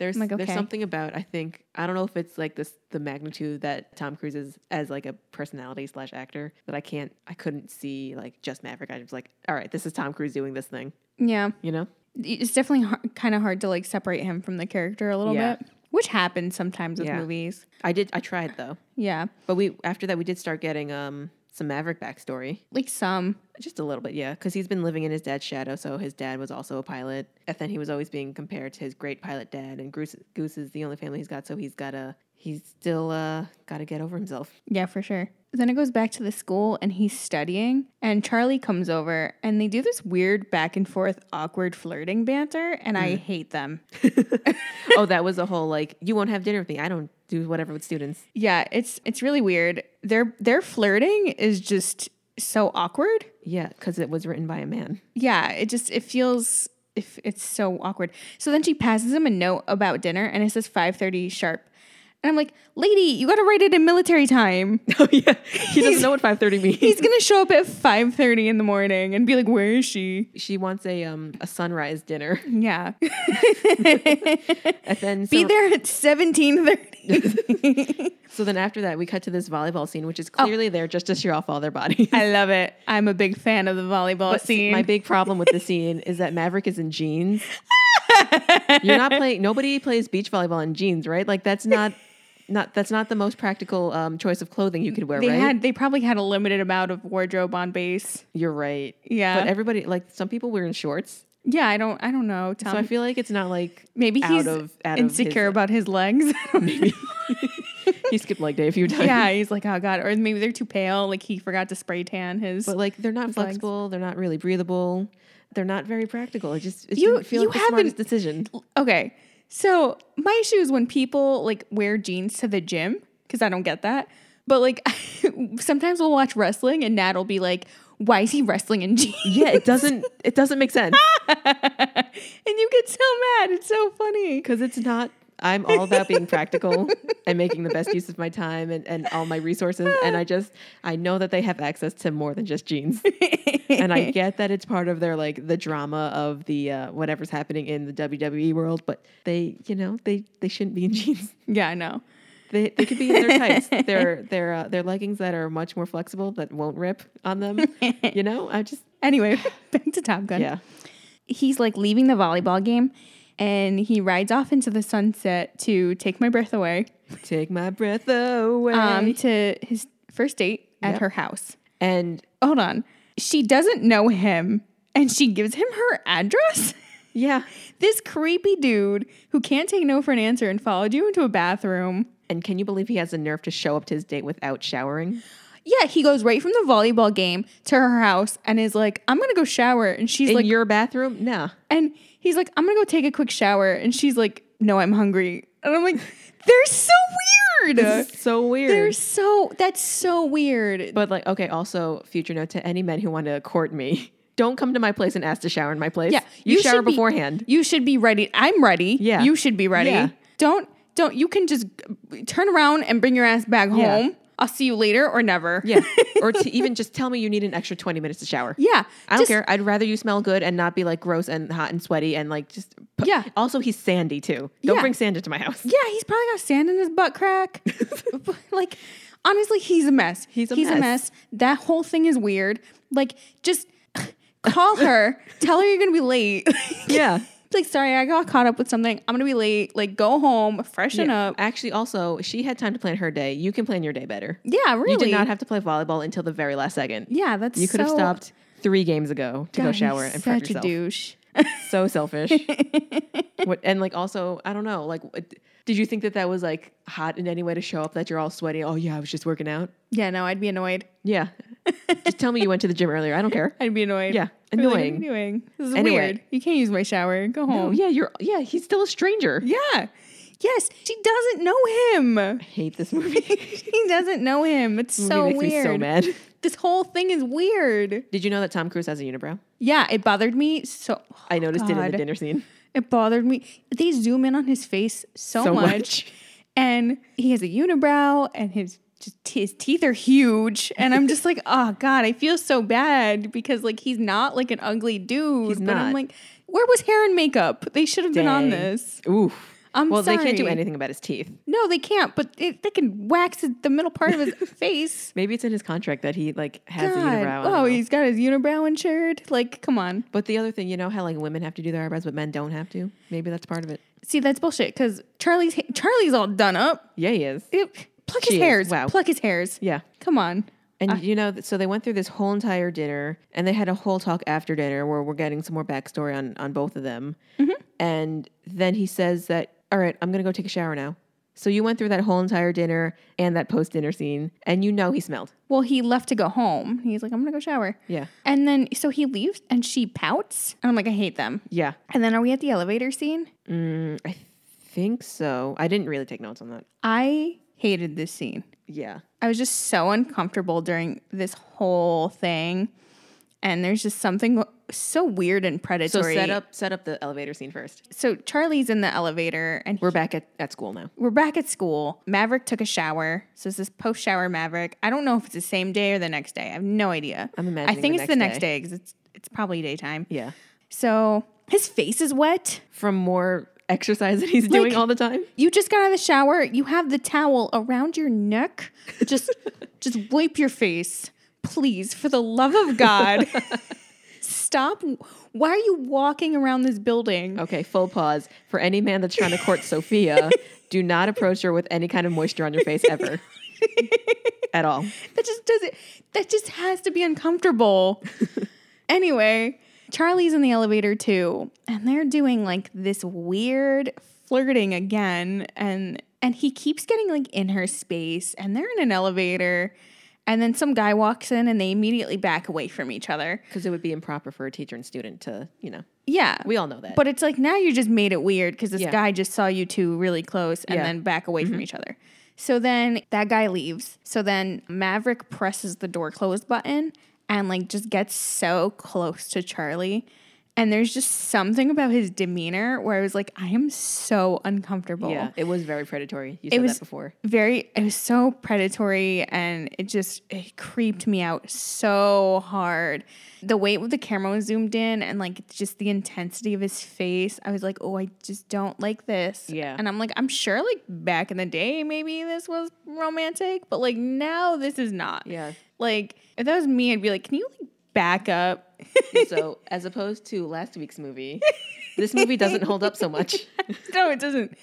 Speaker 2: There's
Speaker 1: I'm like,
Speaker 2: there's
Speaker 1: okay.
Speaker 2: something about I think I don't know if it's like this the magnitude that Tom Cruise is as like a personality slash actor that I can't I couldn't see like just Maverick. I was like, all right, this is Tom Cruise doing this thing,
Speaker 1: Yeah.
Speaker 2: you know?
Speaker 1: It's definitely hard, kind of hard to like separate him from the character a little
Speaker 2: Yeah.
Speaker 1: bit, which happens sometimes with
Speaker 2: Yeah.
Speaker 1: movies.
Speaker 2: I did I tried though,
Speaker 1: Yeah.
Speaker 2: but we after that we did start getting um some Maverick backstory
Speaker 1: Like some.
Speaker 2: just a little bit, yeah, because he's been living in his dad's shadow. So his dad was also a pilot, and then he was always being compared to his great pilot dad. And Goose Goose is the only family he's got, so he's got to he's still uh got to get over himself.
Speaker 1: Yeah, for sure. Then it goes back to the school and he's studying, and Charlie comes over and they do this weird back and forth, awkward flirting banter, and
Speaker 2: Mm.
Speaker 1: I hate them.
Speaker 2: oh, that was a whole like you won't have dinner with me. I don't do whatever with students.
Speaker 1: Yeah, it's it's really weird. Their their flirting is just so awkward.
Speaker 2: Yeah, because it was written by a man.
Speaker 1: Yeah, it just it feels if it's so awkward. So then she passes him a note about dinner and it says 5:30 sharp. And I'm like, "Lady, you got to write it in military time.
Speaker 2: Oh yeah, he doesn't know what five thirty means.
Speaker 1: He's going to show up at 5:30 in the morning and be like, "Where is she?"
Speaker 2: she wants a um a sunrise dinner,
Speaker 1: Yeah.
Speaker 2: and then so,
Speaker 1: be there at 17:30.
Speaker 2: so then after that we cut to this volleyball scene, which is
Speaker 1: Oh.
Speaker 2: clearly there just to show off all their bodies.
Speaker 1: I love it. I'm a big fan of the volleyball
Speaker 2: But see,
Speaker 1: scene.
Speaker 2: my big problem with the scene is that Maverick is in jeans. You're not playing. Nobody plays beach volleyball in jeans, right? Like that's not. Not that's not the most practical um, choice of clothing you could wear,
Speaker 1: they
Speaker 2: right?
Speaker 1: had they probably had a limited amount of wardrobe on base.
Speaker 2: You're right.
Speaker 1: Yeah.
Speaker 2: but everybody like some people wear in shorts.
Speaker 1: Yeah, I don't I don't know, Tom.
Speaker 2: So I feel like it's not like
Speaker 1: Maybe
Speaker 2: out
Speaker 1: he's
Speaker 2: of- out of his-
Speaker 1: insecure about his legs.
Speaker 2: he skipped leg day a few times.
Speaker 1: yeah, he's like, oh god, or maybe they're too pale. Like he forgot to spray tan his.
Speaker 2: But like they're not flexible, they're not really breathable, they're not very practical. It just it
Speaker 1: You-
Speaker 2: didn't feel
Speaker 1: you
Speaker 2: like the smartest
Speaker 1: haven't-
Speaker 2: decision.
Speaker 1: okay, so my issue is when people like wear jeans to the gym because I don't get that. But like sometimes we'll watch wrestling and Nat will be like, why is he wrestling in jeans?
Speaker 2: Yeah, it doesn't it doesn't make sense.
Speaker 1: and you get so mad. It's so funny.
Speaker 2: Because it's not I'm all about being practical and making the best use of my time and, and all my resources. And I just I know that they have access to more than just jeans. and I get that it's part of their like the drama of the uh, whatever's happening in the WWE world, but they you know, they they shouldn't be in jeans.
Speaker 1: Yeah, I know.
Speaker 2: They, they could be in their tights, their their uh, their leggings that are much more flexible that won't rip on them. You know, I just
Speaker 1: Anyway, back to Top Gun.
Speaker 2: yeah.
Speaker 1: he's like leaving the volleyball game and he rides off into the sunset to take my breath away
Speaker 2: Take my breath away.
Speaker 1: um, to his first date at
Speaker 2: Yep.
Speaker 1: her house.
Speaker 2: and
Speaker 1: Hold on. She doesn't know him and she gives him her address.
Speaker 2: yeah,
Speaker 1: this creepy dude who can't take no for an answer and followed you into a bathroom.
Speaker 2: and can you believe he has the nerve to show up to his date without showering?
Speaker 1: Yeah, he goes right from the volleyball game to her house and is like, I'm gonna go shower. And she's
Speaker 2: In
Speaker 1: like,
Speaker 2: your bathroom? Nah.
Speaker 1: And he's like, I'm gonna go take a quick shower. And she's like, No, I'm hungry. And I'm like, They're so weird.
Speaker 2: So weird.
Speaker 1: They're so that's so weird.
Speaker 2: but like, okay. Also, future note to any men who want to court me: don't come to my place and ask to shower in my place.
Speaker 1: yeah,
Speaker 2: you, shower
Speaker 1: should be-
Speaker 2: beforehand.
Speaker 1: you should be ready. I'm ready.
Speaker 2: Yeah.
Speaker 1: you should be ready.
Speaker 2: Yeah.
Speaker 1: Don't don't. You can just turn around and bring your ass back
Speaker 2: Yeah.
Speaker 1: home. I'll see you later or never.
Speaker 2: Yeah. or to even just tell me you need an extra 20 minutes to shower.
Speaker 1: Yeah.
Speaker 2: I don't
Speaker 1: just-
Speaker 2: care. I'd rather you smell good and not be like gross and hot and sweaty and like just. pu-
Speaker 1: Yeah.
Speaker 2: Also, he's sandy too. Don't
Speaker 1: Yeah.
Speaker 2: bring sand into my house.
Speaker 1: Yeah, he's probably got sand in his butt crack. like, honestly, he's a mess.
Speaker 2: He's a
Speaker 1: a
Speaker 2: mess.
Speaker 1: mess. That whole thing is weird. Like, just call her, tell her you're gonna be late.
Speaker 2: Yeah.
Speaker 1: like, sorry, I got caught up with something. I'm gonna be late. Like, go home, freshen
Speaker 2: Yeah.
Speaker 1: up.
Speaker 2: Actually, also, she had time to plan her day. You can plan your day better.
Speaker 1: Yeah, really.
Speaker 2: You did not have to play volleyball until the very last second.
Speaker 1: yeah, that's
Speaker 2: You could have
Speaker 1: so-
Speaker 2: stopped three games ago to
Speaker 1: God,
Speaker 2: go
Speaker 1: he's
Speaker 2: shower and prep
Speaker 1: such
Speaker 2: yourself.
Speaker 1: a douche.
Speaker 2: So selfish. what, and like also, I don't know. Like, what- did you think that that was like hot in any way to show up that you're all sweaty? Oh yeah, I was just working out.
Speaker 1: Yeah, no, I'd be annoyed.
Speaker 2: Yeah. just tell me you went to the gym earlier. I don't care.
Speaker 1: I'd be annoyed.
Speaker 2: Yeah,
Speaker 1: I'd be like, what are
Speaker 2: annoying.
Speaker 1: you doing? This is
Speaker 2: Anyway.
Speaker 1: weird. You can't use my shower. Go
Speaker 2: Oh
Speaker 1: home.
Speaker 2: yeah, you're yeah. He's still a stranger.
Speaker 1: yeah. Yes, she doesn't know him.
Speaker 2: I hate this movie. This
Speaker 1: he doesn't know him. It's
Speaker 2: movie
Speaker 1: so
Speaker 2: makes me
Speaker 1: weird.
Speaker 2: so mad.
Speaker 1: This whole thing is weird.
Speaker 2: Did you know that Tom Cruise has a unibrow?
Speaker 1: Yeah, it bothered me so.
Speaker 2: I noticed it in
Speaker 1: God.
Speaker 2: the dinner scene.
Speaker 1: It bothered me. They zoom in on his face so,
Speaker 2: So
Speaker 1: much.
Speaker 2: much.
Speaker 1: and he has a unibrow, and his just his teeth are huge. And I'm just like, oh God, I feel so bad because like he's not like an ugly dude.
Speaker 2: He's
Speaker 1: But I'm
Speaker 2: not.
Speaker 1: like, where was hair and makeup? They should have been on
Speaker 2: Dang.
Speaker 1: this.
Speaker 2: Oof.
Speaker 1: I'm
Speaker 2: well, they can't do
Speaker 1: sorry.
Speaker 2: anything about his teeth.
Speaker 1: No, they can't. But it, they can wax the middle part of his face.
Speaker 2: Maybe it's in his contract that he like has a
Speaker 1: God.
Speaker 2: unibrow. I don't
Speaker 1: Oh,
Speaker 2: know.
Speaker 1: he's got his unibrow insured. Like, come on.
Speaker 2: But the other thing, you know how like women have to do their eyebrows, but men don't have to. Maybe that's part of it.
Speaker 1: See, that's bullshit. Because Charlie's Charlie's all done up.
Speaker 2: Yeah, he is.
Speaker 1: It- pluck his
Speaker 2: She is.
Speaker 1: hairs.
Speaker 2: Wow.
Speaker 1: Pluck his hairs.
Speaker 2: Yeah.
Speaker 1: Come on.
Speaker 2: And you know, so they went through this whole entire dinner, and they had a whole talk after dinner where we're getting some more backstory on on both of them. And then he says that, "All right, I'm gonna go take a shower now." So you went through that whole entire dinner and that post dinner scene, and you know he smelled.
Speaker 1: Well, he left to go home. He's like, I'm gonna go shower.
Speaker 2: Yeah,
Speaker 1: And then so he leaves, and she pouts, and I'm like, I hate them.
Speaker 2: yeah.
Speaker 1: And then are we at the elevator scene?
Speaker 2: Mm, I think so. I didn't really take notes on that.
Speaker 1: I hated this scene.
Speaker 2: Yeah,
Speaker 1: I was just so uncomfortable during this whole thing, and there's just something so weird and
Speaker 2: so
Speaker 1: predatory.
Speaker 2: set up set up the elevator scene first.
Speaker 1: So Charlie's in the elevator, and
Speaker 2: We're back at at school now.
Speaker 1: we're back at school. Maverick took a shower. So this is post shower Maverick. I don't know if it's the same day or the next day. I have no idea.
Speaker 2: I'm
Speaker 1: I
Speaker 2: imagining
Speaker 1: think
Speaker 2: the
Speaker 1: it's the
Speaker 2: next
Speaker 1: next day because it's it's probably daytime.
Speaker 2: Yeah,
Speaker 1: So his face is wet.
Speaker 2: from more exercise that he's doing
Speaker 1: Like-
Speaker 2: all the time.
Speaker 1: You just got out of the shower. You have the towel around your neck. Just just wipe your face. Please, for the love of God. Stop. Why are you walking around this building?
Speaker 2: Okay, full pause. For any man that's trying to court Sophia, do not approach her with any kind of moisture on your face ever. At all.
Speaker 1: That just doesn't. That just has to be uncomfortable. anyway, Charlie's in the elevator too, and they're doing like this weird flirting again, and and he keeps getting like in her space, and they're in an elevator, and then some guy walks in, and they immediately back away from each other.
Speaker 2: Because it would be improper for a teacher and student to, you know,
Speaker 1: Yeah.
Speaker 2: we all know that.
Speaker 1: but it's like now you just made it weird because this
Speaker 2: Yeah.
Speaker 1: guy just saw you two really close and
Speaker 2: Yeah. Mm-hmm.
Speaker 1: then back away from each other. So then that guy leaves. So then Maverick presses the door close button and like just gets so close to Charlie. And there's just something about his demeanor where I was like, I am so uncomfortable.
Speaker 2: yeah, it was very predatory. You said
Speaker 1: was-
Speaker 2: that before.
Speaker 1: Very, it was so predatory and it just it creeped me out so hard. The way the camera was zoomed in and like just the intensity of his face, I was like, oh, I just don't like this.
Speaker 2: Yeah.
Speaker 1: And I'm like, I'm sure like back in the day, maybe this was romantic, but like now this is not.
Speaker 2: Yeah.
Speaker 1: Like if that was me, I'd be like, can you like back up?
Speaker 2: So, as opposed to last week's movie, this movie doesn't hold up so much.
Speaker 1: no, it doesn't.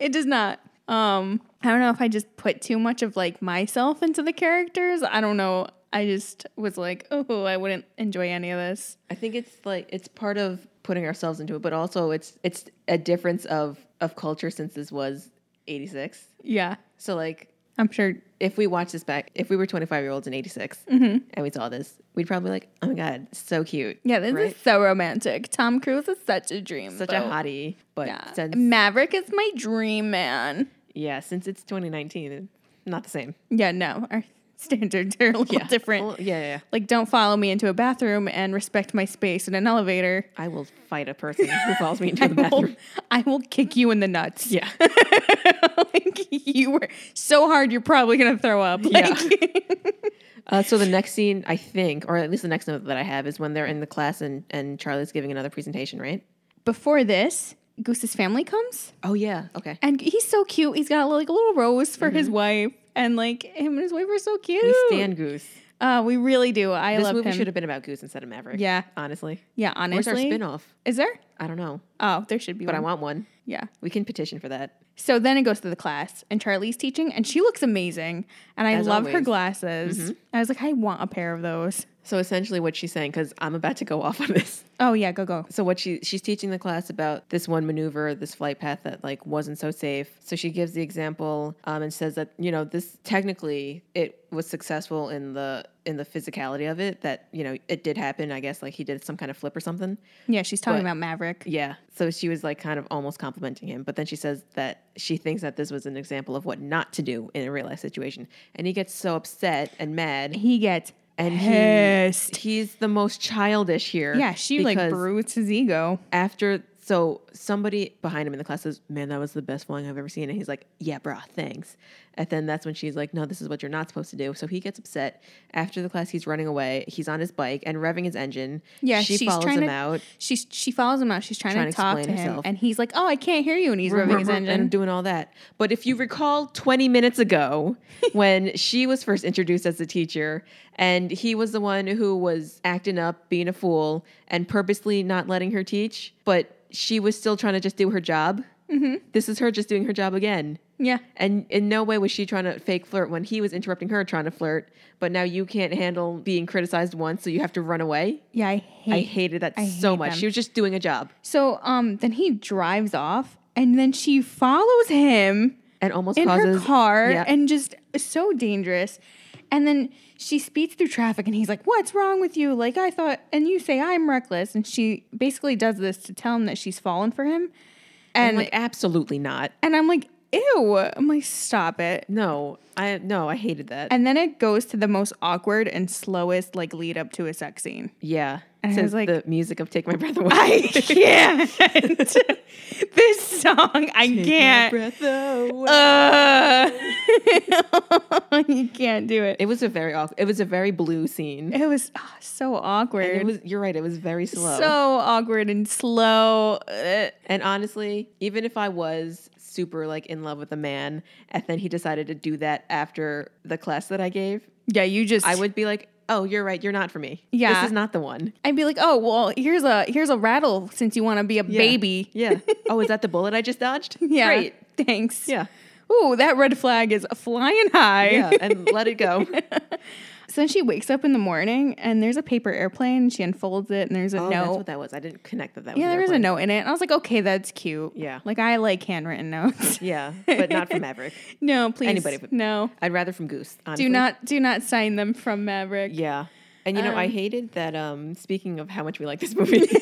Speaker 1: It does not. Um, I don't know if I just put too much of like myself into the characters. I don't know. I just was like, oh, I wouldn't enjoy any of this.
Speaker 2: I think it's like it's part of putting ourselves into it, but also it's it's a difference of of culture since this was 86.
Speaker 1: Yeah,
Speaker 2: So like
Speaker 1: I'm sure.
Speaker 2: if we watched this back, if we were 25 year olds in 86 and we saw this, we'd probably like, oh my God, so cute.
Speaker 1: Mm-hmm. Yeah, this
Speaker 2: Right.
Speaker 1: is so romantic. Tom Cruise is such a dream.
Speaker 2: Such a
Speaker 1: boat.
Speaker 2: hottie. But
Speaker 1: Yeah.
Speaker 2: since,
Speaker 1: Maverick is my dream man.
Speaker 2: yeah, since it's 2019, not the same.
Speaker 1: Yeah, no, our standards are a little different.
Speaker 2: Well, yeah, yeah, yeah.
Speaker 1: Like, don't follow me into a bathroom and respect my space in an elevator.
Speaker 2: I will fight a person who follows me into the
Speaker 1: I will,
Speaker 2: bathroom.
Speaker 1: I will kick you in the nuts.
Speaker 2: Yeah.
Speaker 1: like, you were so hard, you're probably going to throw up.
Speaker 2: Yeah.
Speaker 1: Like,
Speaker 2: Uh, so the next scene, I think, or at least the next note that I have, is when they're in the class and and Charlie's giving another presentation, right?
Speaker 1: Before this, Goose's family comes.
Speaker 2: Oh yeah. Okay.
Speaker 1: And he's so cute. He's got like a little rose for his wife, and like him and his wife are so cute.
Speaker 2: Mm-hmm. We stand Goose.
Speaker 1: Uh, we really do. I
Speaker 2: This
Speaker 1: love
Speaker 2: movie
Speaker 1: him.
Speaker 2: should have been about Goose instead of Maverick.
Speaker 1: Yeah,
Speaker 2: Honestly.
Speaker 1: yeah.
Speaker 2: Where's
Speaker 1: Honestly,
Speaker 2: our spinoff?
Speaker 1: is there?
Speaker 2: I don't know,
Speaker 1: Oh, there should be.
Speaker 2: but I
Speaker 1: one.
Speaker 2: want one.
Speaker 1: Yeah.
Speaker 2: We can petition for that.
Speaker 1: So then it goes to the class, and Charlie's teaching, and she looks amazing, and I
Speaker 2: As
Speaker 1: love her
Speaker 2: always. Mm-hmm.
Speaker 1: glasses. I was like, I want a pair of those.
Speaker 2: So essentially, what she's saying, because I'm about to go off on this.
Speaker 1: Oh yeah, go go.
Speaker 2: So what she she's teaching the class about this one maneuver, this flight path that like wasn't so safe. So she gives the example um, and says that you know this technically it was successful in the in the physicality of it that you know it did happen. I guess like he did some kind of flip or something.
Speaker 1: Yeah, she's talking
Speaker 2: But-
Speaker 1: about Maverick.
Speaker 2: Yeah. So she was like kind of almost complimenting him, but then she says that she thinks that this was an example of what not to do in a real life situation, and he gets so upset and mad.
Speaker 1: He gets
Speaker 2: And
Speaker 1: pissed.
Speaker 2: he he's the most childish here.
Speaker 1: yeah, she like
Speaker 2: because-
Speaker 1: brutes his ego.
Speaker 2: after so somebody behind him in the class says, Man, that was the best flying I've ever seen. And he's like, Yeah, brah, thanks. And then that's when she's like, No, this is what you're not supposed to do. So he gets upset. After the class, he's running away. He's on his bike and revving his engine.
Speaker 1: Yeah,
Speaker 2: she
Speaker 1: she's
Speaker 2: follows
Speaker 1: trying
Speaker 2: him
Speaker 1: to-
Speaker 2: out,
Speaker 1: She she follows him out. She's trying,
Speaker 2: Trying
Speaker 1: to
Speaker 2: to
Speaker 1: talk to
Speaker 2: explain
Speaker 1: him,
Speaker 2: herself.
Speaker 1: and he's like, "Oh, I can't hear you," and he's revving his engine.
Speaker 2: and doing all that. But if you recall 20 minutes ago when she was first introduced as a teacher, and he was the one who was acting up, being a fool, and purposely not letting her teach, but she was still trying to just do her job.
Speaker 1: Mm-hmm.
Speaker 2: This is her just doing her job again.
Speaker 1: yeah,
Speaker 2: And in no way was she trying to fake flirt when he was interrupting her trying to flirt, but now you can't handle being criticized once, so you have to run away.
Speaker 1: yeah. I
Speaker 2: I
Speaker 1: hate
Speaker 2: hated that
Speaker 1: I
Speaker 2: so
Speaker 1: hate
Speaker 2: much.
Speaker 1: them.
Speaker 2: She was just doing a job
Speaker 1: So um then he drives off and then she follows him
Speaker 2: and almost
Speaker 1: in
Speaker 2: causes
Speaker 1: her car
Speaker 2: Yeah.
Speaker 1: and just so dangerous. And then she speeds through traffic and he's like, "What's wrong with you?" Like I thought and you say I'm reckless and she basically does this to tell him that she's fallen for him.
Speaker 2: and
Speaker 1: And
Speaker 2: like absolutely not.
Speaker 1: and I'm like, "Ew." I'm like, "Stop it."
Speaker 2: No, I no, I hated that.
Speaker 1: And then it goes to the most awkward and slowest like lead up to a sex scene.
Speaker 2: yeah,
Speaker 1: I
Speaker 2: since
Speaker 1: was like-
Speaker 2: the music of "Take My Breath Away."
Speaker 1: I can't. this song, I can't.
Speaker 2: My breath away.
Speaker 1: uh, you can't do it.
Speaker 2: It was a very awk- it was a very blue scene.
Speaker 1: It was ah, so
Speaker 2: And
Speaker 1: awkward.
Speaker 2: it was you're right. It was very slow.
Speaker 1: so awkward and slow. Uh,
Speaker 2: and honestly, even if I was super like in love with a man, and then he decided to do that after the class that I gave,
Speaker 1: yeah, you just.
Speaker 2: I would be like, "Oh, you're right. You're not for me.
Speaker 1: Yeah.
Speaker 2: this is not the one."
Speaker 1: I'd be like, oh well, here's a here's a rattle since you want to be a
Speaker 2: Yeah.
Speaker 1: baby.
Speaker 2: Yeah. oh, is that the bullet I just dodged?
Speaker 1: Yeah.
Speaker 2: Great.
Speaker 1: Thanks.
Speaker 2: Yeah.
Speaker 1: Ooh, that red flag is flying high.
Speaker 2: Yeah. And let it go. Oh,
Speaker 1: so then she wakes up in the morning and there's a paper airplane. She unfolds it and there's a
Speaker 2: Oh, that's
Speaker 1: note.
Speaker 2: what that was. I didn't connect that. That was
Speaker 1: yeah,
Speaker 2: an
Speaker 1: there was a
Speaker 2: airplane.
Speaker 1: note in it. And I was like, okay, that's cute.
Speaker 2: Yeah.
Speaker 1: Like I like handwritten notes.
Speaker 2: Yeah, but not for Maverick.
Speaker 1: no, please.
Speaker 2: Anybody would-
Speaker 1: No.
Speaker 2: I'd rather from Goose. Honestly.
Speaker 1: Do not do not sign them from Maverick.
Speaker 2: Yeah. And you know, I hated that. Um, speaking of how much we like this movie,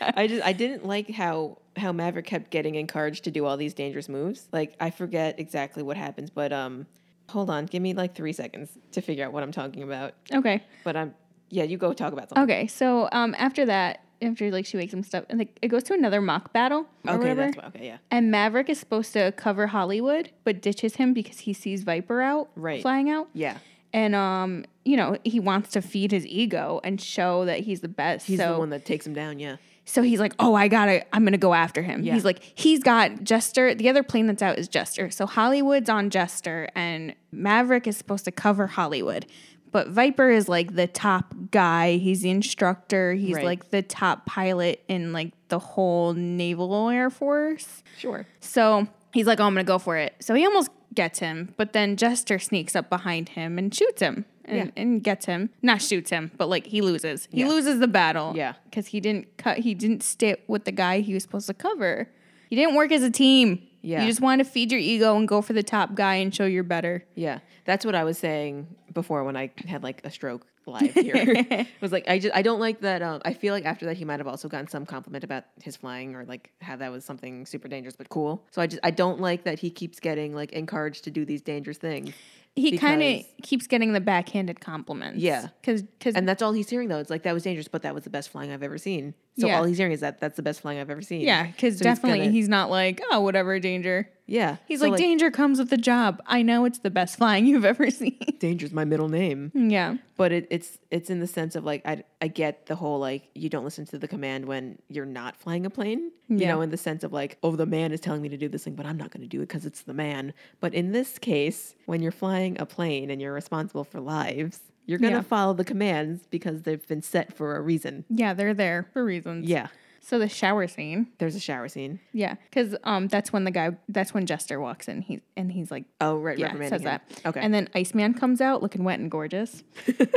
Speaker 2: I just I didn't like how how Maverick kept getting encouraged to do all these dangerous moves. Like I forget exactly what happens, but um, hold on, give me like three seconds to figure out what I'm talking about.
Speaker 1: Okay.
Speaker 2: But I'm yeah, you go talk about something.
Speaker 1: Okay. So um after that, after like she wakes him stuff, and like, it goes to another mock battle Oh, or
Speaker 2: Okay,
Speaker 1: whatever.
Speaker 2: that's okay. Yeah,
Speaker 1: and Maverick is supposed to cover Hollywood, but ditches him because he sees Viper out
Speaker 2: Right.
Speaker 1: flying out.
Speaker 2: yeah.
Speaker 1: And um, you know, he wants to feed his ego and show that he's the best.
Speaker 2: He's
Speaker 1: so
Speaker 2: the one that takes him down. Yeah,
Speaker 1: So he's like, oh, I gotta, I'm gonna go after him.
Speaker 2: Yeah.
Speaker 1: He's like, he's got Jester. The other plane that's out is Jester. So Hollywood's on Jester, and Maverick is supposed to cover Hollywood. But Viper is like the top guy. He's the instructor. He's
Speaker 2: Right.
Speaker 1: like the top pilot in like the whole Naval Air Force.
Speaker 2: sure.
Speaker 1: So he's like, oh, I'm gonna go for it. So he almost gets him, but then Jester sneaks up behind him and shoots him and, and gets him. Not shoots him, but like he loses. He
Speaker 2: Yeah.
Speaker 1: loses the battle.
Speaker 2: Yeah.
Speaker 1: Because he didn't cut he didn't stick with the guy he was supposed to cover. He didn't work as a team.
Speaker 2: Yeah.
Speaker 1: You just wanted to feed your ego and go for the top guy and show you're better.
Speaker 2: Yeah, that's what I was saying before when I had like a stroke live here. it was like I just I don't like that. Um, I feel like after that he might have also gotten some compliment about his flying or like how that was something super dangerous but cool. So I just I don't like that he keeps getting like encouraged to do these dangerous things.
Speaker 1: he kind
Speaker 2: because-
Speaker 1: of keeps getting the backhanded compliments.
Speaker 2: Yeah.
Speaker 1: because
Speaker 2: And that's all he's hearing though. It's like that was dangerous, but that was the best flying I've ever seen. So
Speaker 1: Yeah.
Speaker 2: all he's hearing is that that's the best flying I've ever seen.
Speaker 1: yeah, because
Speaker 2: So
Speaker 1: definitely
Speaker 2: gonna-
Speaker 1: he's not like oh whatever danger.
Speaker 2: yeah.
Speaker 1: He's
Speaker 2: So,
Speaker 1: like, danger comes with the job. I know it's the best flying you've ever seen.
Speaker 2: danger's my middle name.
Speaker 1: yeah,
Speaker 2: But it, it's it's in the sense of like I I get the whole like you don't listen to the command when you're not flying a plane. You
Speaker 1: Yeah.
Speaker 2: know, in the sense of like oh the man is telling me to do this thing, but I'm not going to do it because it's the man. But in this case, when you're flying a plane and you're responsible for lives, you're going to
Speaker 1: Yeah.
Speaker 2: follow the commands because they've been set for a reason.
Speaker 1: yeah, they're there for reasons.
Speaker 2: Yeah.
Speaker 1: So the shower scene.
Speaker 2: There's a shower scene.
Speaker 1: Yeah, because um, that's when the guy, that's when Jester walks in. He and he's like,
Speaker 2: Oh right,
Speaker 1: yeah,
Speaker 2: reprimanding
Speaker 1: says
Speaker 2: him.
Speaker 1: that.
Speaker 2: Okay.
Speaker 1: And then Iceman comes out looking wet and gorgeous,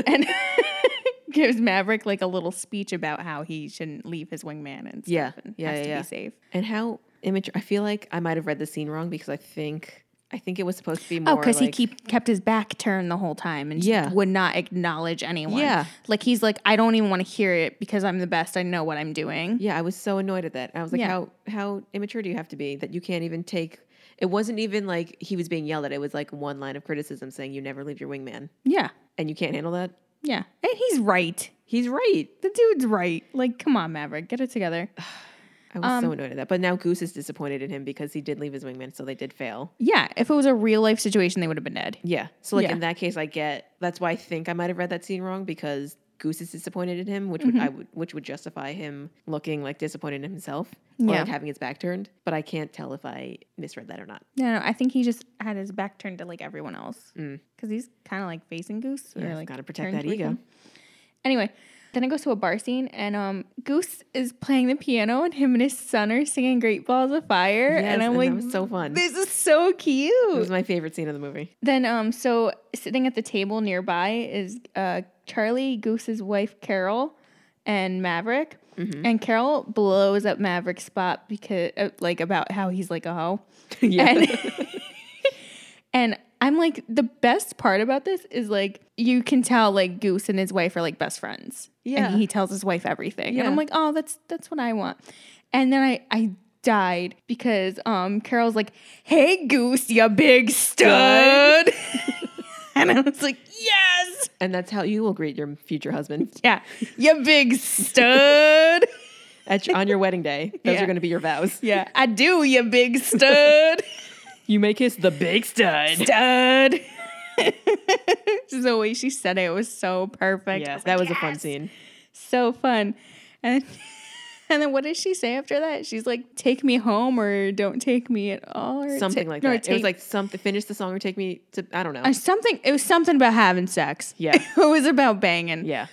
Speaker 1: and gives Maverick like a little speech about how he shouldn't leave his wingman and stuff
Speaker 2: Yeah.
Speaker 1: and
Speaker 2: Yeah,
Speaker 1: has
Speaker 2: yeah,
Speaker 1: to
Speaker 2: yeah.
Speaker 1: be safe.
Speaker 2: And how immature? I feel like I might have read the scene wrong because I think I think it was supposed to be more.
Speaker 1: Oh, because he
Speaker 2: like-
Speaker 1: keep kept his back turned the whole time and just
Speaker 2: Yeah.
Speaker 1: would not acknowledge anyone.
Speaker 2: Yeah.
Speaker 1: like he's like, I don't even want to hear it because I'm the best. I know what I'm doing.
Speaker 2: Yeah, I was so annoyed at that. I was like,
Speaker 1: Yeah.
Speaker 2: how how immature do you have to be that you can't even take? It wasn't even like he was being yelled at. It was like one line of criticism saying you never leave your wingman,
Speaker 1: Yeah,
Speaker 2: and you can't handle that.
Speaker 1: yeah, and he's right.
Speaker 2: He's right.
Speaker 1: The dude's right. Like, come on, Maverick, get it together.
Speaker 2: I was
Speaker 1: Um,
Speaker 2: so annoyed at that. But now Goose is disappointed in him because he did leave his wingman, so they did fail.
Speaker 1: Yeah, if it was a real life situation, they would have been dead.
Speaker 2: Yeah. So like
Speaker 1: Yeah.
Speaker 2: in that case, I get that's why I think I might have read that scene wrong because Goose is disappointed in him, which
Speaker 1: Mm-hmm.
Speaker 2: would I would which would justify him looking like disappointed in himself or
Speaker 1: Yeah.
Speaker 2: like having his back turned. But I can't tell if I misread that or not.
Speaker 1: No, no, I think he just had his back turned to like everyone else because he's kind of like facing Goose. or,
Speaker 2: Yeah,
Speaker 1: like,
Speaker 2: gotta protect
Speaker 1: turned
Speaker 2: that
Speaker 1: towards
Speaker 2: ego.
Speaker 1: him. Anyway, then it goes to a bar scene and um, Goose is playing the piano and him and his son are singing "Great Balls of Fire"
Speaker 2: Yes,
Speaker 1: and I'm
Speaker 2: that
Speaker 1: like,
Speaker 2: was so fun. It
Speaker 1: this is so
Speaker 2: was
Speaker 1: cute.
Speaker 2: my favorite scene of the movie.
Speaker 1: Then um, so sitting at the table nearby is uh Charlie Goose's wife Carol and Maverick. And Carol blows up Maverick's spot because, uh, like, about how he's like a hoe.
Speaker 2: yeah.
Speaker 1: And, and I'm like, the best part about this is like, you can tell like Goose and his wife are like best friends.
Speaker 2: Yeah.
Speaker 1: And he tells his wife everything. And
Speaker 2: Yeah.
Speaker 1: I'm like, oh, that's that's what I want. And then I I died because um Carol's like, hey Goose, you big stud. and I was like, yes.
Speaker 2: and that's how you will greet your future husband
Speaker 1: Yeah. You big stud.
Speaker 2: at your, on your wedding day. Those
Speaker 1: Yeah.
Speaker 2: are going to be your vows.
Speaker 1: yeah. I do, you big stud.
Speaker 2: You may kiss the big stud.
Speaker 1: stud. Just the way she said it, was so perfect. I
Speaker 2: Yeah,
Speaker 1: was
Speaker 2: that was
Speaker 1: like,
Speaker 2: a fun
Speaker 1: "Yes!"
Speaker 2: scene.
Speaker 1: So fun. And and then what does she say after that? She's like, "Take me home, or don't take me at all, or
Speaker 2: Something
Speaker 1: ta-
Speaker 2: like
Speaker 1: no,
Speaker 2: that. It was
Speaker 1: take-
Speaker 2: like something. Finish the song or take me to. I don't know.
Speaker 1: uh, something. It was something about having sex.
Speaker 2: Yeah.
Speaker 1: it was about banging.
Speaker 2: yeah.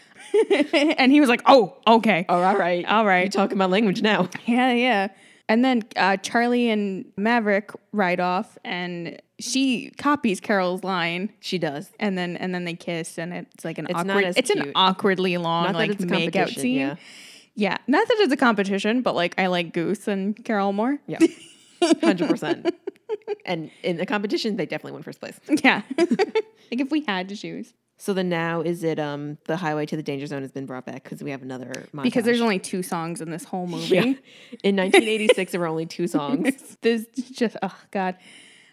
Speaker 1: and he was like, "Oh, okay,
Speaker 2: Oh, all right.
Speaker 1: all
Speaker 2: You're
Speaker 1: right,
Speaker 2: talking my language now.
Speaker 1: yeah, yeah." And then uh, Charlie and Maverick ride off, and she copies Carol's line.
Speaker 2: She does.
Speaker 1: and then and then they kiss and it's like an
Speaker 2: It's not
Speaker 1: awkward
Speaker 2: as
Speaker 1: it's an
Speaker 2: cute.
Speaker 1: awkwardly long
Speaker 2: Not that
Speaker 1: like
Speaker 2: it's a
Speaker 1: makeout
Speaker 2: competition,
Speaker 1: scene
Speaker 2: yeah.
Speaker 1: yeah. not that it's a competition but like i like goose and carol more
Speaker 2: Yeah. 100%. and in the competition, they definitely won first place.
Speaker 1: yeah like if we had to choose
Speaker 2: So then now is it um the highway to the danger zone has been brought back because we have another montage.
Speaker 1: because there's only two songs in this whole movie
Speaker 2: yeah. in 1986 there were only two songs,
Speaker 1: It's- this is just oh god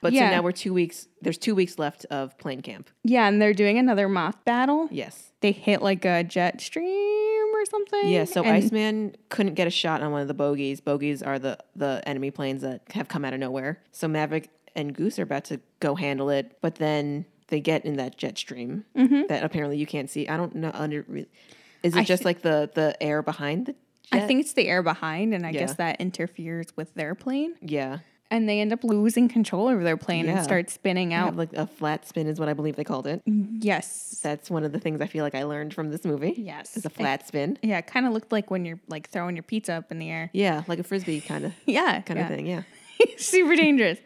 Speaker 2: but
Speaker 1: Yeah.
Speaker 2: so now we're two weeks. There's two weeks left of plane camp.
Speaker 1: yeah and they're doing another moth battle
Speaker 2: Yes.
Speaker 1: they hit like a jet stream or something
Speaker 2: Yeah, so
Speaker 1: and-
Speaker 2: Iceman couldn't get a shot on one of the bogies. Bogies are the, the enemy planes that have come out of nowhere. So Maverick and Goose are about to go handle it, but then they get in that jet stream that apparently you can't see. I don't know. Under, re- is it
Speaker 1: Mm-hmm. I
Speaker 2: just
Speaker 1: thi-
Speaker 2: like the, the air behind the jet?
Speaker 1: i think it's the air behind and i
Speaker 2: Yeah.
Speaker 1: guess that interferes with their plane
Speaker 2: Yeah.
Speaker 1: and they end up losing control over their plane
Speaker 2: Yeah.
Speaker 1: and start spinning
Speaker 2: I
Speaker 1: out
Speaker 2: have like a flat spin is what I believe they called it.
Speaker 1: Mm-hmm. yes
Speaker 2: That's one of the things I feel like I learned from this movie.
Speaker 1: Yes.
Speaker 2: Is a flat spin.
Speaker 1: Yeah, it kind of looked like when you're like throwing your pizza up in the air.
Speaker 2: Yeah, like a frisbee kind of
Speaker 1: Yeah, Mm-hmm.
Speaker 2: kind of thing. Yeah.
Speaker 1: thing. Super dangerous.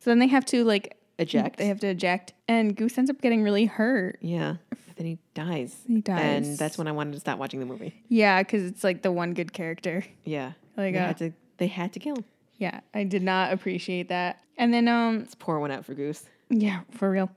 Speaker 1: So then they have to like
Speaker 2: Eject.
Speaker 1: They have to eject, and Goose ends up getting really hurt.
Speaker 2: Yeah. But then he dies.
Speaker 1: He
Speaker 2: And
Speaker 1: dies.
Speaker 2: that's when I wanted to stop watching the movie.
Speaker 1: Yeah, because it's like the one good character.
Speaker 2: Yeah.
Speaker 1: Like,
Speaker 2: they
Speaker 1: uh,
Speaker 2: had to they had to kill him.
Speaker 1: Yeah, I did not appreciate that. And then um,
Speaker 2: Let's pour one out for Goose.
Speaker 1: yeah, for real,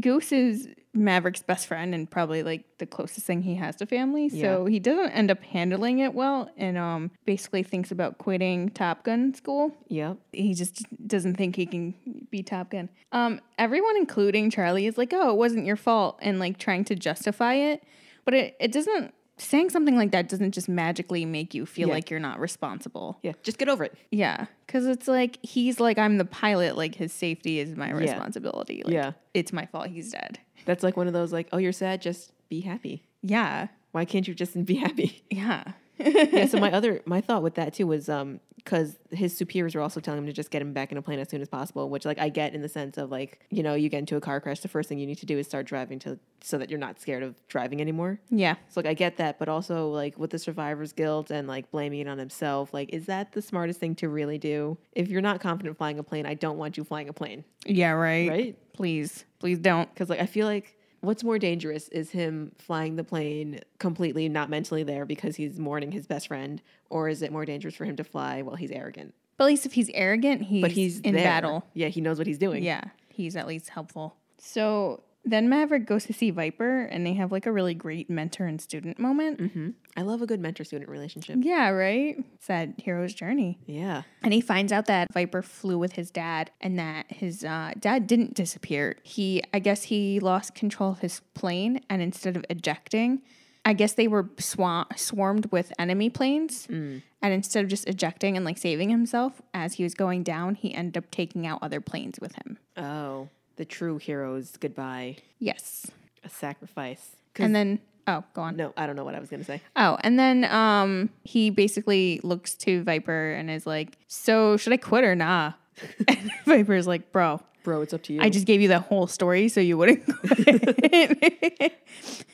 Speaker 1: Goose is Maverick's best friend and probably like the closest thing he has to family. So he doesn't end up handling it well, and um, basically thinks about quitting Top Gun school.
Speaker 2: Yep.
Speaker 1: he just doesn't think he can be Top Gun. Um, everyone, including Charlie, is like, "Oh, it wasn't your fault," and like trying to justify it, but it it doesn't. Saying something like that doesn't just magically make you feel
Speaker 2: Yeah.
Speaker 1: like you're not responsible.
Speaker 2: Yeah, just get over it.
Speaker 1: Yeah, because it's like he's like, "I'm the pilot. Like his safety is my responsibility. Like,
Speaker 2: Yeah.
Speaker 1: it's my fault. He's dead."
Speaker 2: That's like one of those like, oh, you're sad, just be happy.
Speaker 1: Yeah,
Speaker 2: Why can't you just be happy?
Speaker 1: yeah,
Speaker 2: yeah. So my other my thought with that too was um because his superiors were also telling him to just get him back in a plane as soon as possible, which like I get in the sense of like you know you get into a car crash, the first thing you need to do is start driving to so that you're not scared of driving anymore.
Speaker 1: yeah.
Speaker 2: So like I get that, but also like with the survivor's guilt and like blaming it on himself, like is that the smartest thing to really do? If you're not confident flying a plane, I don't want you flying a plane,
Speaker 1: Yeah, right.
Speaker 2: right?
Speaker 1: Please, please don't.
Speaker 2: Because like I feel like what's more dangerous is him flying the plane completely not mentally there because he's mourning his best friend, or is it more dangerous for him to fly while he's arrogant?
Speaker 1: But at least if he's arrogant, he's,
Speaker 2: But he's
Speaker 1: in
Speaker 2: there.
Speaker 1: battle.
Speaker 2: Yeah, he knows what he's doing.
Speaker 1: Yeah, he's at least helpful. So then Maverick goes to see Viper, and they have like a really great mentor and student moment.
Speaker 2: hmm I love a good mentor student relationship.
Speaker 1: Yeah, right? It's that hero's journey.
Speaker 2: Yeah.
Speaker 1: And he finds out that Viper flew with his dad and that his uh, dad didn't disappear. He, I guess, he lost control of his plane, and instead of ejecting, I guess they were swa- swarmed with enemy planes. And instead of just ejecting and like saving himself as he was going down, he ended up taking out other planes with him.
Speaker 2: Oh, the true heroes goodbye,
Speaker 1: Yes.
Speaker 2: a sacrifice. 'Cause-
Speaker 1: And then, oh, go on.
Speaker 2: no, I don't know what I was gonna say.
Speaker 1: Oh, and then um, he basically looks to Viper and is like, "So should I quit or nah?" And Viper's like, "Bro,
Speaker 2: Bro, it's up to you.
Speaker 1: I just gave you the whole story, so you wouldn't quit."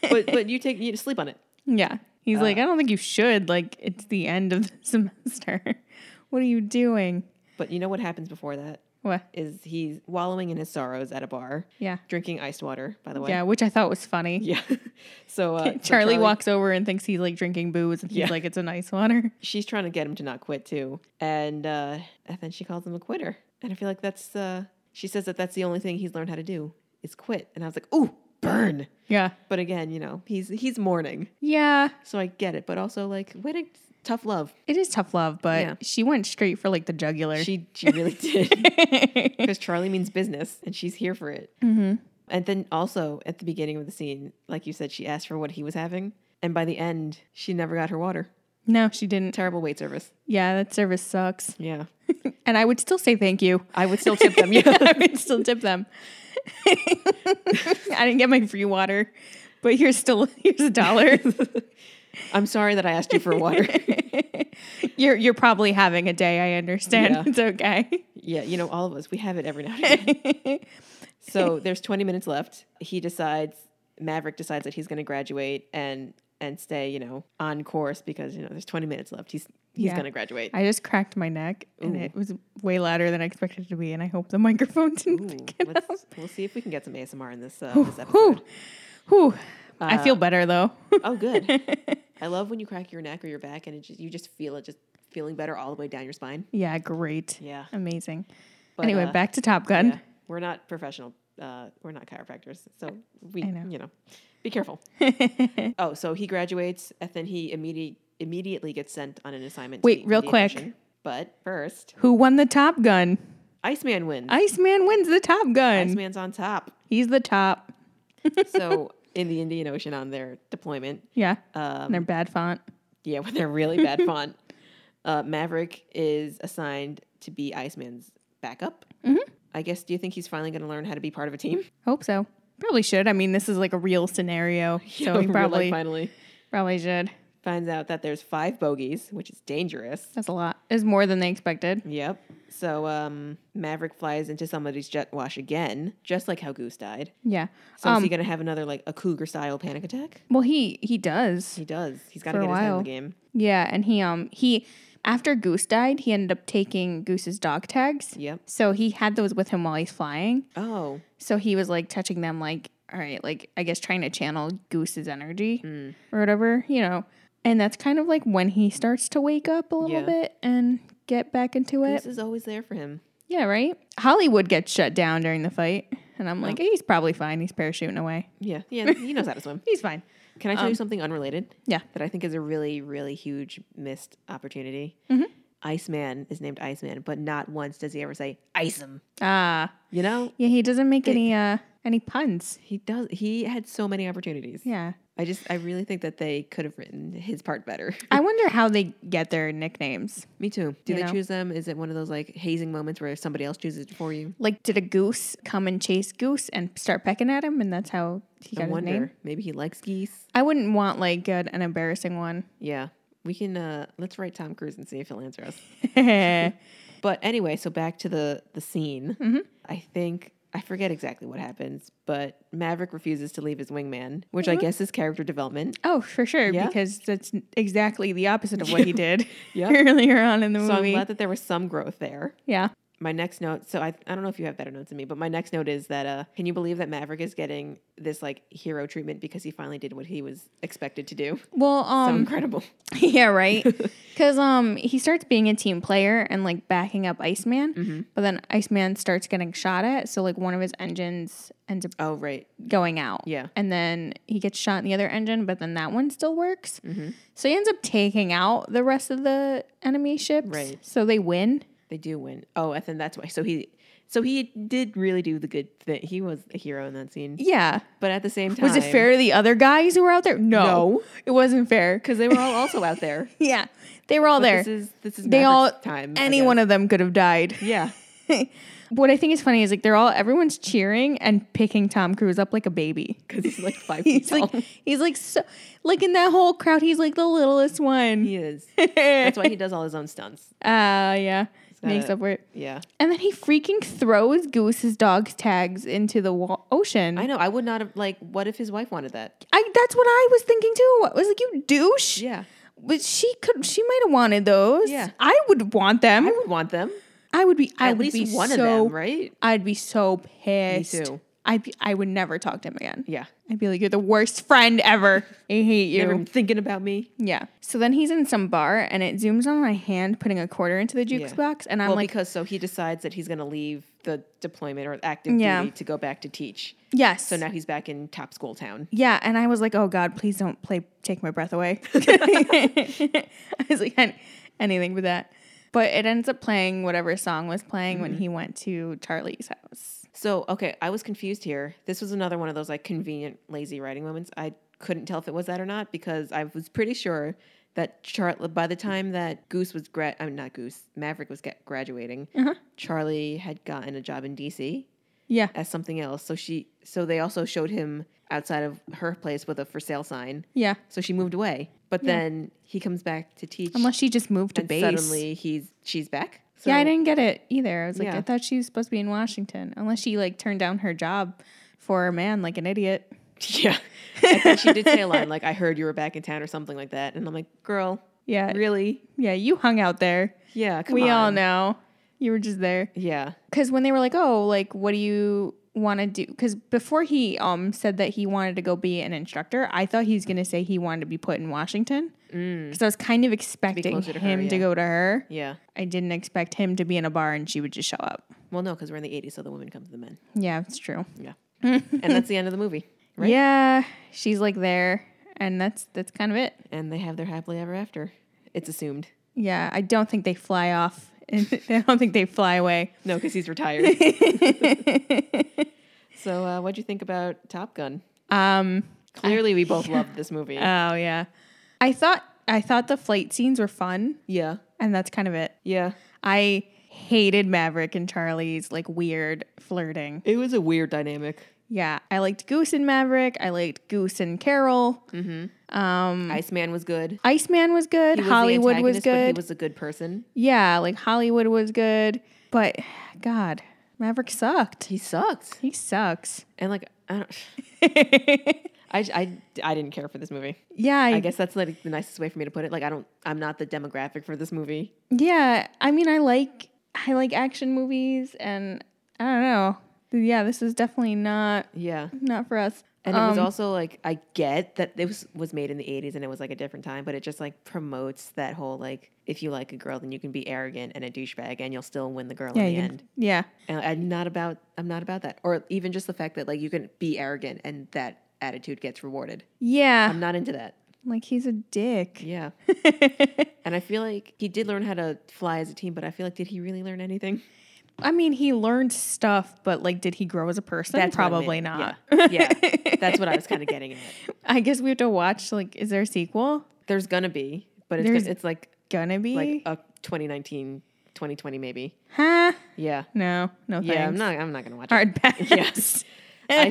Speaker 2: but but you take you sleep on it.
Speaker 1: yeah, he's
Speaker 2: Uh.
Speaker 1: like, "I don't think you should. Like, it's the end of the semester. what are you doing?"
Speaker 2: But you know what happens before that
Speaker 1: What?
Speaker 2: is he's wallowing in his sorrows at a bar,
Speaker 1: Yeah,
Speaker 2: drinking iced water. By the way,
Speaker 1: yeah, which I thought was funny.
Speaker 2: yeah. so, uh, so
Speaker 1: Charlie, walks over and thinks he's like drinking booze, and he's
Speaker 2: Yeah.
Speaker 1: like, "It's a nice water."
Speaker 2: She's trying to get him to not quit too, and uh, and then she calls him a quitter. And I feel like that's uh, she says that that's the only thing he's learned how to do is quit. And I was like, ooh, burn.
Speaker 1: Yeah,
Speaker 2: But again, you know, he's he's mourning,
Speaker 1: yeah.
Speaker 2: so I get it. But also, like, what a tough love.
Speaker 1: It is tough love, but
Speaker 2: Yeah.
Speaker 1: she went straight for like the jugular.
Speaker 2: She she really did. because Charlie means business and she's here for it. Mm-hmm. And then also at the beginning of the scene, like you said, she asked for what he was having. And by the end, she never got her water.
Speaker 1: no, she didn't.
Speaker 2: Terrible wait service.
Speaker 1: Yeah, that service sucks.
Speaker 2: Yeah.
Speaker 1: And I would still say thank you.
Speaker 2: I would still tip them. Yeah.
Speaker 1: I would still tip them. I didn't get my free water, but here's still here's a dollar.
Speaker 2: I'm sorry that I asked you for water.
Speaker 1: you're you're probably having a day. I understand.
Speaker 2: Yeah.
Speaker 1: It's okay.
Speaker 2: yeah. You know, all of us, we have it every now and again. so there's 20 minutes left. He decides, Maverick decides that he's going to graduate and and stay, you know, on course because, you know, there's 20 minutes left. He's he's
Speaker 1: Yeah.
Speaker 2: going to graduate.
Speaker 1: I just cracked my neck, and it was way louder than I expected it to be. And I hope the microphone didn't
Speaker 2: Ooh,
Speaker 1: pick it up.
Speaker 2: Hmm, let's, we'll see if we can get some ASMR in this, uh, this episode.
Speaker 1: Whew. Whew.
Speaker 2: Uh,
Speaker 1: I feel better though.
Speaker 2: Oh, good. I love when you crack your neck or your back and it just, you just feel it just feeling better all the way down your spine.
Speaker 1: yeah, great.
Speaker 2: Yeah.
Speaker 1: Amazing.
Speaker 2: But,
Speaker 1: anyway,
Speaker 2: uh,
Speaker 1: back to Top Gun.
Speaker 2: yeah, we're not professional. Uh, we're not chiropractors, so we,
Speaker 1: know.
Speaker 2: you know, be careful. oh, so he graduates, and then he immediately immediately gets sent on an assignment. to
Speaker 1: Wait,
Speaker 2: the
Speaker 1: real
Speaker 2: Indian
Speaker 1: quick.
Speaker 2: Ocean. But first,
Speaker 1: Who won the Top Gun?
Speaker 2: Iceman wins.
Speaker 1: Iceman wins the Top Gun.
Speaker 2: Iceman's on top.
Speaker 1: He's the top.
Speaker 2: so in the Indian Ocean on their deployment,
Speaker 1: Yeah.
Speaker 2: um,
Speaker 1: and their bad font.
Speaker 2: Yeah, with a really bad font. Uh, Maverick is assigned to be Iceman's backup.
Speaker 1: Mm-hmm.
Speaker 2: I guess. Do you think he's finally going to learn how to be part of a team?
Speaker 1: Hope so. Probably should. I mean, this is like a real scenario, so he
Speaker 2: Real life
Speaker 1: probably
Speaker 2: finally
Speaker 1: probably should.
Speaker 2: finds out that there's five bogeys, which is dangerous.
Speaker 1: That's a lot. It's more than they expected.
Speaker 2: Yep. So um, Maverick flies into somebody's jet wash again, just like how Goose died.
Speaker 1: Yeah.
Speaker 2: So is
Speaker 1: um.
Speaker 2: he going to have another like a cougar style panic attack?
Speaker 1: well, he he does.
Speaker 2: He does. He's got to
Speaker 1: For a
Speaker 2: get his head in
Speaker 1: while.
Speaker 2: the game.
Speaker 1: Yeah, and he um he after Goose died, he ended up taking Goose's dog tags.
Speaker 2: Yep.
Speaker 1: So he had those with him while he's flying.
Speaker 2: Oh,
Speaker 1: So he was like touching them, like all right, like I guess trying to channel Goose's energy
Speaker 2: Mm.
Speaker 1: or whatever, you know. And that's kind of like when he starts to wake up a little
Speaker 2: Yeah.
Speaker 1: bit and get back into it.
Speaker 2: Goose is always there for him.
Speaker 1: Yeah, right? Hollywood gets shut down during the fight. And
Speaker 2: Oh.
Speaker 1: I'm like, he's probably fine. He's parachuting away.
Speaker 2: Yeah, yeah. He knows how to swim.
Speaker 1: He's fine.
Speaker 2: Can I tell you something unrelated?
Speaker 1: Um, yeah. Mm-hmm.
Speaker 2: That I think is a really, really huge missed opportunity. Iceman is named Iceman, but not once does he ever say ice him.
Speaker 1: Ah,
Speaker 2: You know,
Speaker 1: yeah, he doesn't make any uh any puns.
Speaker 2: he does. He had so many opportunities.
Speaker 1: Yeah.
Speaker 2: I just, I really think that they could have written his part better.
Speaker 1: I wonder how they get their nicknames.
Speaker 2: Me too. Do
Speaker 1: You
Speaker 2: they
Speaker 1: know?
Speaker 2: choose them? Is it one of those like hazing moments where somebody else chooses it for you?
Speaker 1: Like, did a goose come and chase goose and start pecking at him, and that's how he got
Speaker 2: I
Speaker 1: his name?
Speaker 2: wonder. Maybe he likes geese.
Speaker 1: I wouldn't want like an, an embarrassing one.
Speaker 2: Yeah. We can uh let's write Tom Cruise and see if he'll answer us.
Speaker 1: yeah,
Speaker 2: But anyway, so back to the the scene. I think I forget exactly what happens, but Maverick refuses to leave his wingman, which I guess is character development.
Speaker 1: Oh, for sure,
Speaker 2: Yeah.
Speaker 1: because that's n- exactly the opposite of what he did
Speaker 2: Yeah.
Speaker 1: earlier on in the
Speaker 2: So I'm
Speaker 1: movie.
Speaker 2: glad that there was some growth there.
Speaker 1: yeah.
Speaker 2: My next note, so I, I don't know if you have better notes than me, but my next note is that uh, can you believe that Maverick is getting this like hero treatment because he finally did what he was expected to do?
Speaker 1: Well,
Speaker 2: So
Speaker 1: um,
Speaker 2: incredible.
Speaker 1: yeah, right. Because um, he starts being a team player and like backing up Iceman,
Speaker 2: Mm-hmm.
Speaker 1: but then Iceman starts getting shot at, so like one of his engines ends up
Speaker 2: Oh right,
Speaker 1: going out.
Speaker 2: Yeah.
Speaker 1: and then he gets shot in the other engine, but then that one still works.
Speaker 2: Mm-hmm.
Speaker 1: So he ends up taking out the rest of the enemy ships.
Speaker 2: Right.
Speaker 1: So they win.
Speaker 2: they do win. Oh, and then that's why. So he, so he did really do the good thing. He was a hero in that scene.
Speaker 1: Yeah.
Speaker 2: But at the same time,
Speaker 1: Was it fair to the other guys who were out there? No,
Speaker 2: No.
Speaker 1: it wasn't fair.
Speaker 2: Because they were all also out there.
Speaker 1: Yeah, they were all there.
Speaker 2: This is this is
Speaker 1: they all
Speaker 2: Maverick's time. I
Speaker 1: Any one of them could have died.
Speaker 2: guess. Yeah.
Speaker 1: What I think is funny is like they're all everyone's cheering and picking Tom Cruise up like a baby.
Speaker 2: Because he's like five feet
Speaker 1: He's
Speaker 2: tall.
Speaker 1: like he's like so like in that whole crowd he's like the littlest one.
Speaker 2: he is.
Speaker 1: Yeah.
Speaker 2: That's why he does all his own stunts.
Speaker 1: Ah, yeah.
Speaker 2: gotta-
Speaker 1: Makes up for it.
Speaker 2: Yeah.
Speaker 1: And then he freaking throws Goose's dog's tags into the wa- ocean.
Speaker 2: I
Speaker 1: I,
Speaker 2: know. I would not have like. What if his wife wanted that?
Speaker 1: that's what I was thinking too. I was like, you douche.
Speaker 2: Yeah.
Speaker 1: But she could. She might have wanted those.
Speaker 2: Yeah.
Speaker 1: I would want them.
Speaker 2: I
Speaker 1: I,
Speaker 2: would want them.
Speaker 1: would be. I
Speaker 2: At
Speaker 1: would
Speaker 2: least
Speaker 1: be
Speaker 2: one
Speaker 1: so,
Speaker 2: of them, right?
Speaker 1: I'd be so pissed.
Speaker 2: too.
Speaker 1: I'd be, I would never talk to him again.
Speaker 2: Yeah.
Speaker 1: I'd be like, you're the worst friend ever. I hate you.
Speaker 2: Never been thinking about me.
Speaker 1: Yeah. So then he's in some bar and it zooms on my hand putting a quarter into the
Speaker 2: Yeah.
Speaker 1: jukebox, and I'm
Speaker 2: well,
Speaker 1: like,
Speaker 2: because so he decides that he's going to leave the deployment or active
Speaker 1: Yeah.
Speaker 2: duty to go back to teach.
Speaker 1: yes.
Speaker 2: So now he's back in top school town.
Speaker 1: Yeah, and I was like, "Oh God, please don't play Take My Breath Away." I was like, "An- anything but that. But it ends up playing whatever song was playing
Speaker 2: Mm-hmm.
Speaker 1: when he went to Charlie's house.
Speaker 2: So okay, I was confused here. This was another one of those like convenient lazy writing moments. I couldn't tell if it was that or not because I was pretty sure that Char- by the time that Goose was grad, I'm mean, not Goose, Maverick was get- graduating,
Speaker 1: Uh-huh.
Speaker 2: Charlie had gotten a job in DC
Speaker 1: Yeah,
Speaker 2: as something else. So she, so they also showed him outside of her place with a for sale sign.
Speaker 1: yeah.
Speaker 2: So she moved away, but then he comes back to teach,
Speaker 1: Unless she just moved to
Speaker 2: and
Speaker 1: base.
Speaker 2: suddenly he's she's back. So,
Speaker 1: yeah, I didn't get it either. I was like,
Speaker 2: Yeah.
Speaker 1: I thought she was supposed to be in Washington. Unless she like turned down her job for a man like an idiot.
Speaker 2: Yeah. I think she did say a line like, I heard you were back in town or something like that. And I'm like, girl,
Speaker 1: Yeah,
Speaker 2: really?
Speaker 1: yeah. You hung out there.
Speaker 2: Yeah. Come
Speaker 1: we
Speaker 2: on.
Speaker 1: all know you were just there.
Speaker 2: Yeah.
Speaker 1: because when they were like, "Oh, like, what do you want to do?" Because before he um said that he wanted to go be an instructor, I thought he was gonna say he wanted to be put in Washington because I was kind of expecting
Speaker 2: Mm. closer to her,
Speaker 1: him to
Speaker 2: yeah.
Speaker 1: go to her.
Speaker 2: Yeah.
Speaker 1: I didn't expect him to be in a bar and she would just show up.
Speaker 2: Well, no, because we're in the 80s, so the women come to the men.
Speaker 1: Yeah, it's true.
Speaker 2: Yeah. and that's the end of the movie. Right?
Speaker 1: Yeah, she's like there, and that's that's kind of it.
Speaker 2: And they have their happily ever after. It's assumed.
Speaker 1: Yeah, I don't think they fly off. I don't think they fly away.
Speaker 2: No, because he's retired. so, uh, what'd you think about Top Gun?
Speaker 1: Um.
Speaker 2: Clearly, we both loved this movie.
Speaker 1: Oh yeah, I thought I thought the flight scenes were fun,
Speaker 2: yeah.
Speaker 1: and that's kind of it.
Speaker 2: Yeah.
Speaker 1: I hated Maverick and Charlie's like weird flirting.
Speaker 2: It was a weird dynamic.
Speaker 1: Yeah, I liked Goose and Maverick. I liked Goose and Carol.
Speaker 2: Iceman was good.
Speaker 1: Iceman was good.
Speaker 2: He was the
Speaker 1: Mm. Hollywood was
Speaker 2: antagonist, But he
Speaker 1: good.
Speaker 2: was a good person.
Speaker 1: yeah, like Hollywood was good. But God, Maverick sucked.
Speaker 2: He sucked.
Speaker 1: He sucks.
Speaker 2: And, like, I don't. I, j- I, I didn't care for this movie.
Speaker 1: yeah, I,
Speaker 2: I guess that's like the nicest way for me to put it. Like I don't, I'm not the demographic for this movie.
Speaker 1: yeah. I mean, I like I like action movies, and I don't know. Yeah, this is definitely not
Speaker 2: Yeah,
Speaker 1: not for us.
Speaker 2: and it was also like I get that it was was made in the 80s and it was like a different time, but it just like promotes that whole like if you like a girl, then you can be arrogant and a douchebag, and you'll still win the girl
Speaker 1: yeah,
Speaker 2: in the
Speaker 1: you-
Speaker 2: end.
Speaker 1: yeah,
Speaker 2: And I'm not about, I'm not about that, or even just the fact that like you can be arrogant and that attitude gets rewarded.
Speaker 1: yeah.
Speaker 2: I'm not into that.
Speaker 1: Like he's a dick.
Speaker 2: Yeah. and I feel like he did learn how to fly as a team, but I feel like did he really learn anything?
Speaker 1: I mean, he learned stuff, but like, did he grow as a person?
Speaker 2: That's what I
Speaker 1: probably
Speaker 2: meant.
Speaker 1: not.
Speaker 2: Yeah. Yeah. That's what I was kind of getting at.
Speaker 1: I guess we have to watch. Like, is there a sequel?
Speaker 2: There's gonna be, but it's
Speaker 1: There's-
Speaker 2: gonna, it's like
Speaker 1: Gonna be?
Speaker 2: like a 2019, 2020 maybe.
Speaker 1: huh?
Speaker 2: Yeah.
Speaker 1: No, no.
Speaker 2: Yeah,
Speaker 1: thanks.
Speaker 2: I'm not I'm not gonna watch it.
Speaker 1: hard pass.
Speaker 2: Yes. I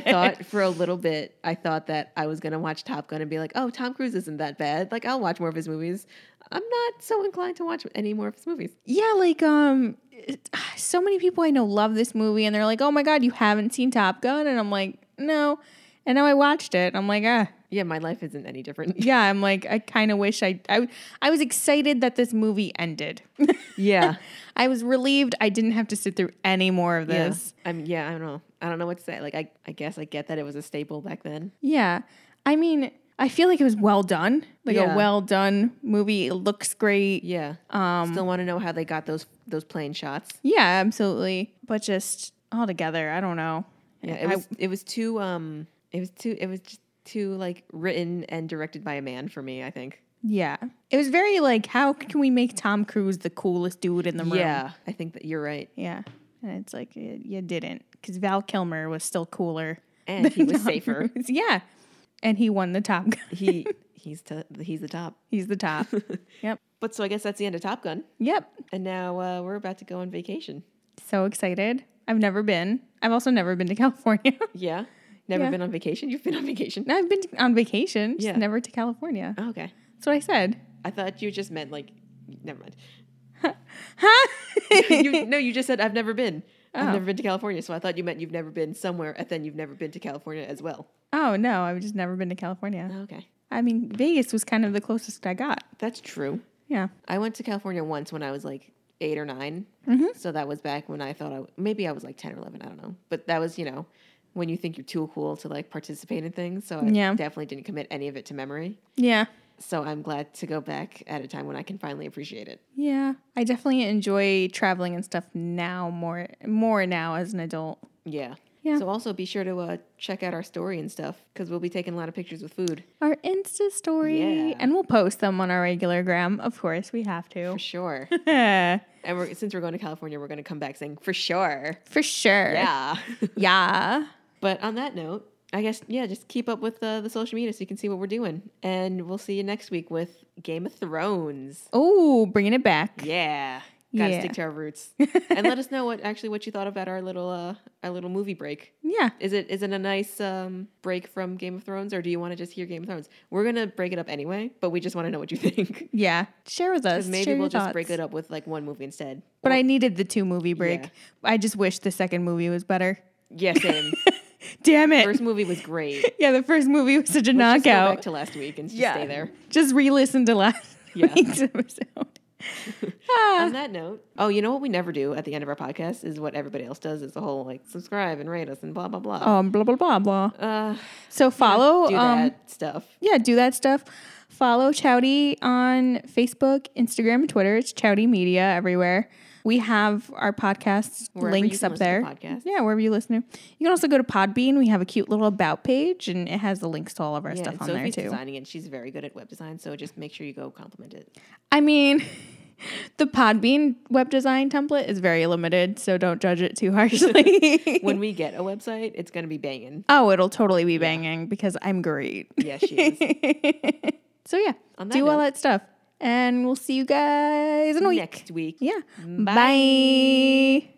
Speaker 2: thought for a little bit, I thought that I was gonna watch Top Gun and be like, "Oh, Tom Cruise isn't that bad. Like, I'll watch more of his movies." I'm not so inclined to watch any more of his movies.
Speaker 1: Yeah, like um, it- so many people I know love this movie, and they're like, "Oh my god, you haven't seen Top Gun?" And I'm like, "No." And now I watched it. and I'm like, ah,
Speaker 2: Yeah, my life isn't any different.
Speaker 1: yeah. I'm like, I kind of wish I, I, I was excited that this movie ended.
Speaker 2: Yeah,
Speaker 1: I was relieved I didn't have to sit through any more of
Speaker 2: yeah.
Speaker 1: this.
Speaker 2: I'm. Yeah, I don't know. I don't know what to say. Like, I, I guess I get that it was a staple back then.
Speaker 1: Yeah. I mean, I feel like it was well done, like
Speaker 2: Yeah.
Speaker 1: a well done movie. It looks great.
Speaker 2: Yeah.
Speaker 1: Um,
Speaker 2: Still want to know how they got those those plane shots.
Speaker 1: yeah, absolutely. But just all together, I don't know.
Speaker 2: Yeah, it
Speaker 1: I-
Speaker 2: was. it was too. Um, it was too. It was just too like written and directed by a man for me. I think.
Speaker 1: Yeah. It was very like, how can we make Tom Cruise the coolest dude in the room?
Speaker 2: Yeah, I think that you're right.
Speaker 1: Yeah. And it's like, y- you didn't. Because Val Kilmer was still cooler.
Speaker 2: And he was
Speaker 1: Tom
Speaker 2: safer.
Speaker 1: Cruise. Yeah. And he won the Top Gun.
Speaker 2: He he's to, he's the top.
Speaker 1: He's the top. yep.
Speaker 2: But so I guess that's the end of Top Gun.
Speaker 1: Yep.
Speaker 2: And now uh, we're about to go on vacation.
Speaker 1: So excited. I've never been. I've also never been to California.
Speaker 2: Yeah. Never
Speaker 1: Yeah.
Speaker 2: been on vacation? You've been on vacation?
Speaker 1: No, I've been to- on vacation, just
Speaker 2: Yeah.
Speaker 1: never to California.
Speaker 2: Oh, okay.
Speaker 1: That's what I said.
Speaker 2: I thought you just meant like, never mind.
Speaker 1: Huh?
Speaker 2: you, no, you just said I've never been.
Speaker 1: Oh.
Speaker 2: I've never been to California. So I thought you meant you've never been somewhere and then you've never been to California as well.
Speaker 1: oh no, I've just never been to California.
Speaker 2: Oh, okay.
Speaker 1: I mean, Vegas was kind of the closest I got.
Speaker 2: That's true.
Speaker 1: Yeah.
Speaker 2: I went to California once when I was like eight or 9
Speaker 1: Mm-hmm.
Speaker 2: So that was back when I thought I maybe I was like ten or eleven. I don't know, but that was you know when you think you're too cool to like participate in things. So I
Speaker 1: Yeah.
Speaker 2: definitely didn't commit any of it to memory.
Speaker 1: Yeah.
Speaker 2: So I'm glad to go back at a time when I can finally appreciate it.
Speaker 1: Yeah. I definitely enjoy traveling and stuff now more more now as an adult.
Speaker 2: Yeah.
Speaker 1: Yeah.
Speaker 2: So also be sure to uh, check out our story and stuff because we'll be taking a lot of pictures with food
Speaker 1: Our Insta story.
Speaker 2: Yeah.
Speaker 1: And we'll post them on our regular gram. Of course, we have to.
Speaker 2: for sure.
Speaker 1: For
Speaker 2: and we're, since we're going to California, we're going to come back saying for sure.
Speaker 1: sure.
Speaker 2: Yeah.
Speaker 1: Yeah.
Speaker 2: But on that note, I guess, yeah, just keep up with uh, the social media so you can see what we're doing. And we'll see you next week with Game of Thrones.
Speaker 1: Oh, bringing it back.
Speaker 2: Yeah. Gotta
Speaker 1: Yeah.
Speaker 2: stick to our roots. and let us know what actually what you thought about our little uh our little movie break.
Speaker 1: Yeah.
Speaker 2: Is it is it a nice um break from Game of Thrones or do you want to just hear Game of Thrones? We're gonna break it up anyway, but we just wanna know what you think.
Speaker 1: Yeah. Share with us.
Speaker 2: Maybe
Speaker 1: Share your
Speaker 2: we'll just
Speaker 1: thoughts.
Speaker 2: break it up with like one movie instead.
Speaker 1: But I needed the two movie break.
Speaker 2: Yeah.
Speaker 1: I just wish the second movie was better.
Speaker 2: Yeah, same.
Speaker 1: Damn it.
Speaker 2: First movie was great.
Speaker 1: yeah, the first movie was such a
Speaker 2: Let's just go
Speaker 1: knockout.
Speaker 2: back to last week and just
Speaker 1: yeah.
Speaker 2: stay there.
Speaker 1: Just re-listen to last
Speaker 2: Yeah.
Speaker 1: week's episode. ah,
Speaker 2: On that note, oh, you know what we never do at the end of our podcast is what everybody else does is the whole like subscribe and rate us and blah blah blah.
Speaker 1: um, blah blah blah blah.
Speaker 2: Uh,
Speaker 1: So follow.
Speaker 2: do
Speaker 1: um,
Speaker 2: that Oh, stuff.
Speaker 1: yeah, do that stuff. Follow Chowdy on Facebook, Instagram, and Twitter. It's Chowdy Media everywhere. We have our podcast
Speaker 2: Wherever you
Speaker 1: links
Speaker 2: can
Speaker 1: up
Speaker 2: listen to
Speaker 1: there.
Speaker 2: podcasts.
Speaker 1: Yeah, wherever you listen to. You can also go to Podbean. We have a cute little about page, and it has the links to all of our
Speaker 2: Yeah,
Speaker 1: stuff
Speaker 2: and
Speaker 1: on
Speaker 2: Sophie's
Speaker 1: there too.
Speaker 2: designing it. She's very good at web design, so just make sure you go compliment it.
Speaker 1: I mean, the Podbean web design template is very limited, so don't judge it too harshly.
Speaker 2: When we get a website, it's gonna be banging.
Speaker 1: oh, it'll totally be banging because I'm great.
Speaker 2: Yeah, she is.
Speaker 1: so yeah,
Speaker 2: On that
Speaker 1: do all
Speaker 2: note-
Speaker 1: that stuff, and we'll see you guys in a week.
Speaker 2: Next week.
Speaker 1: Yeah. Bye.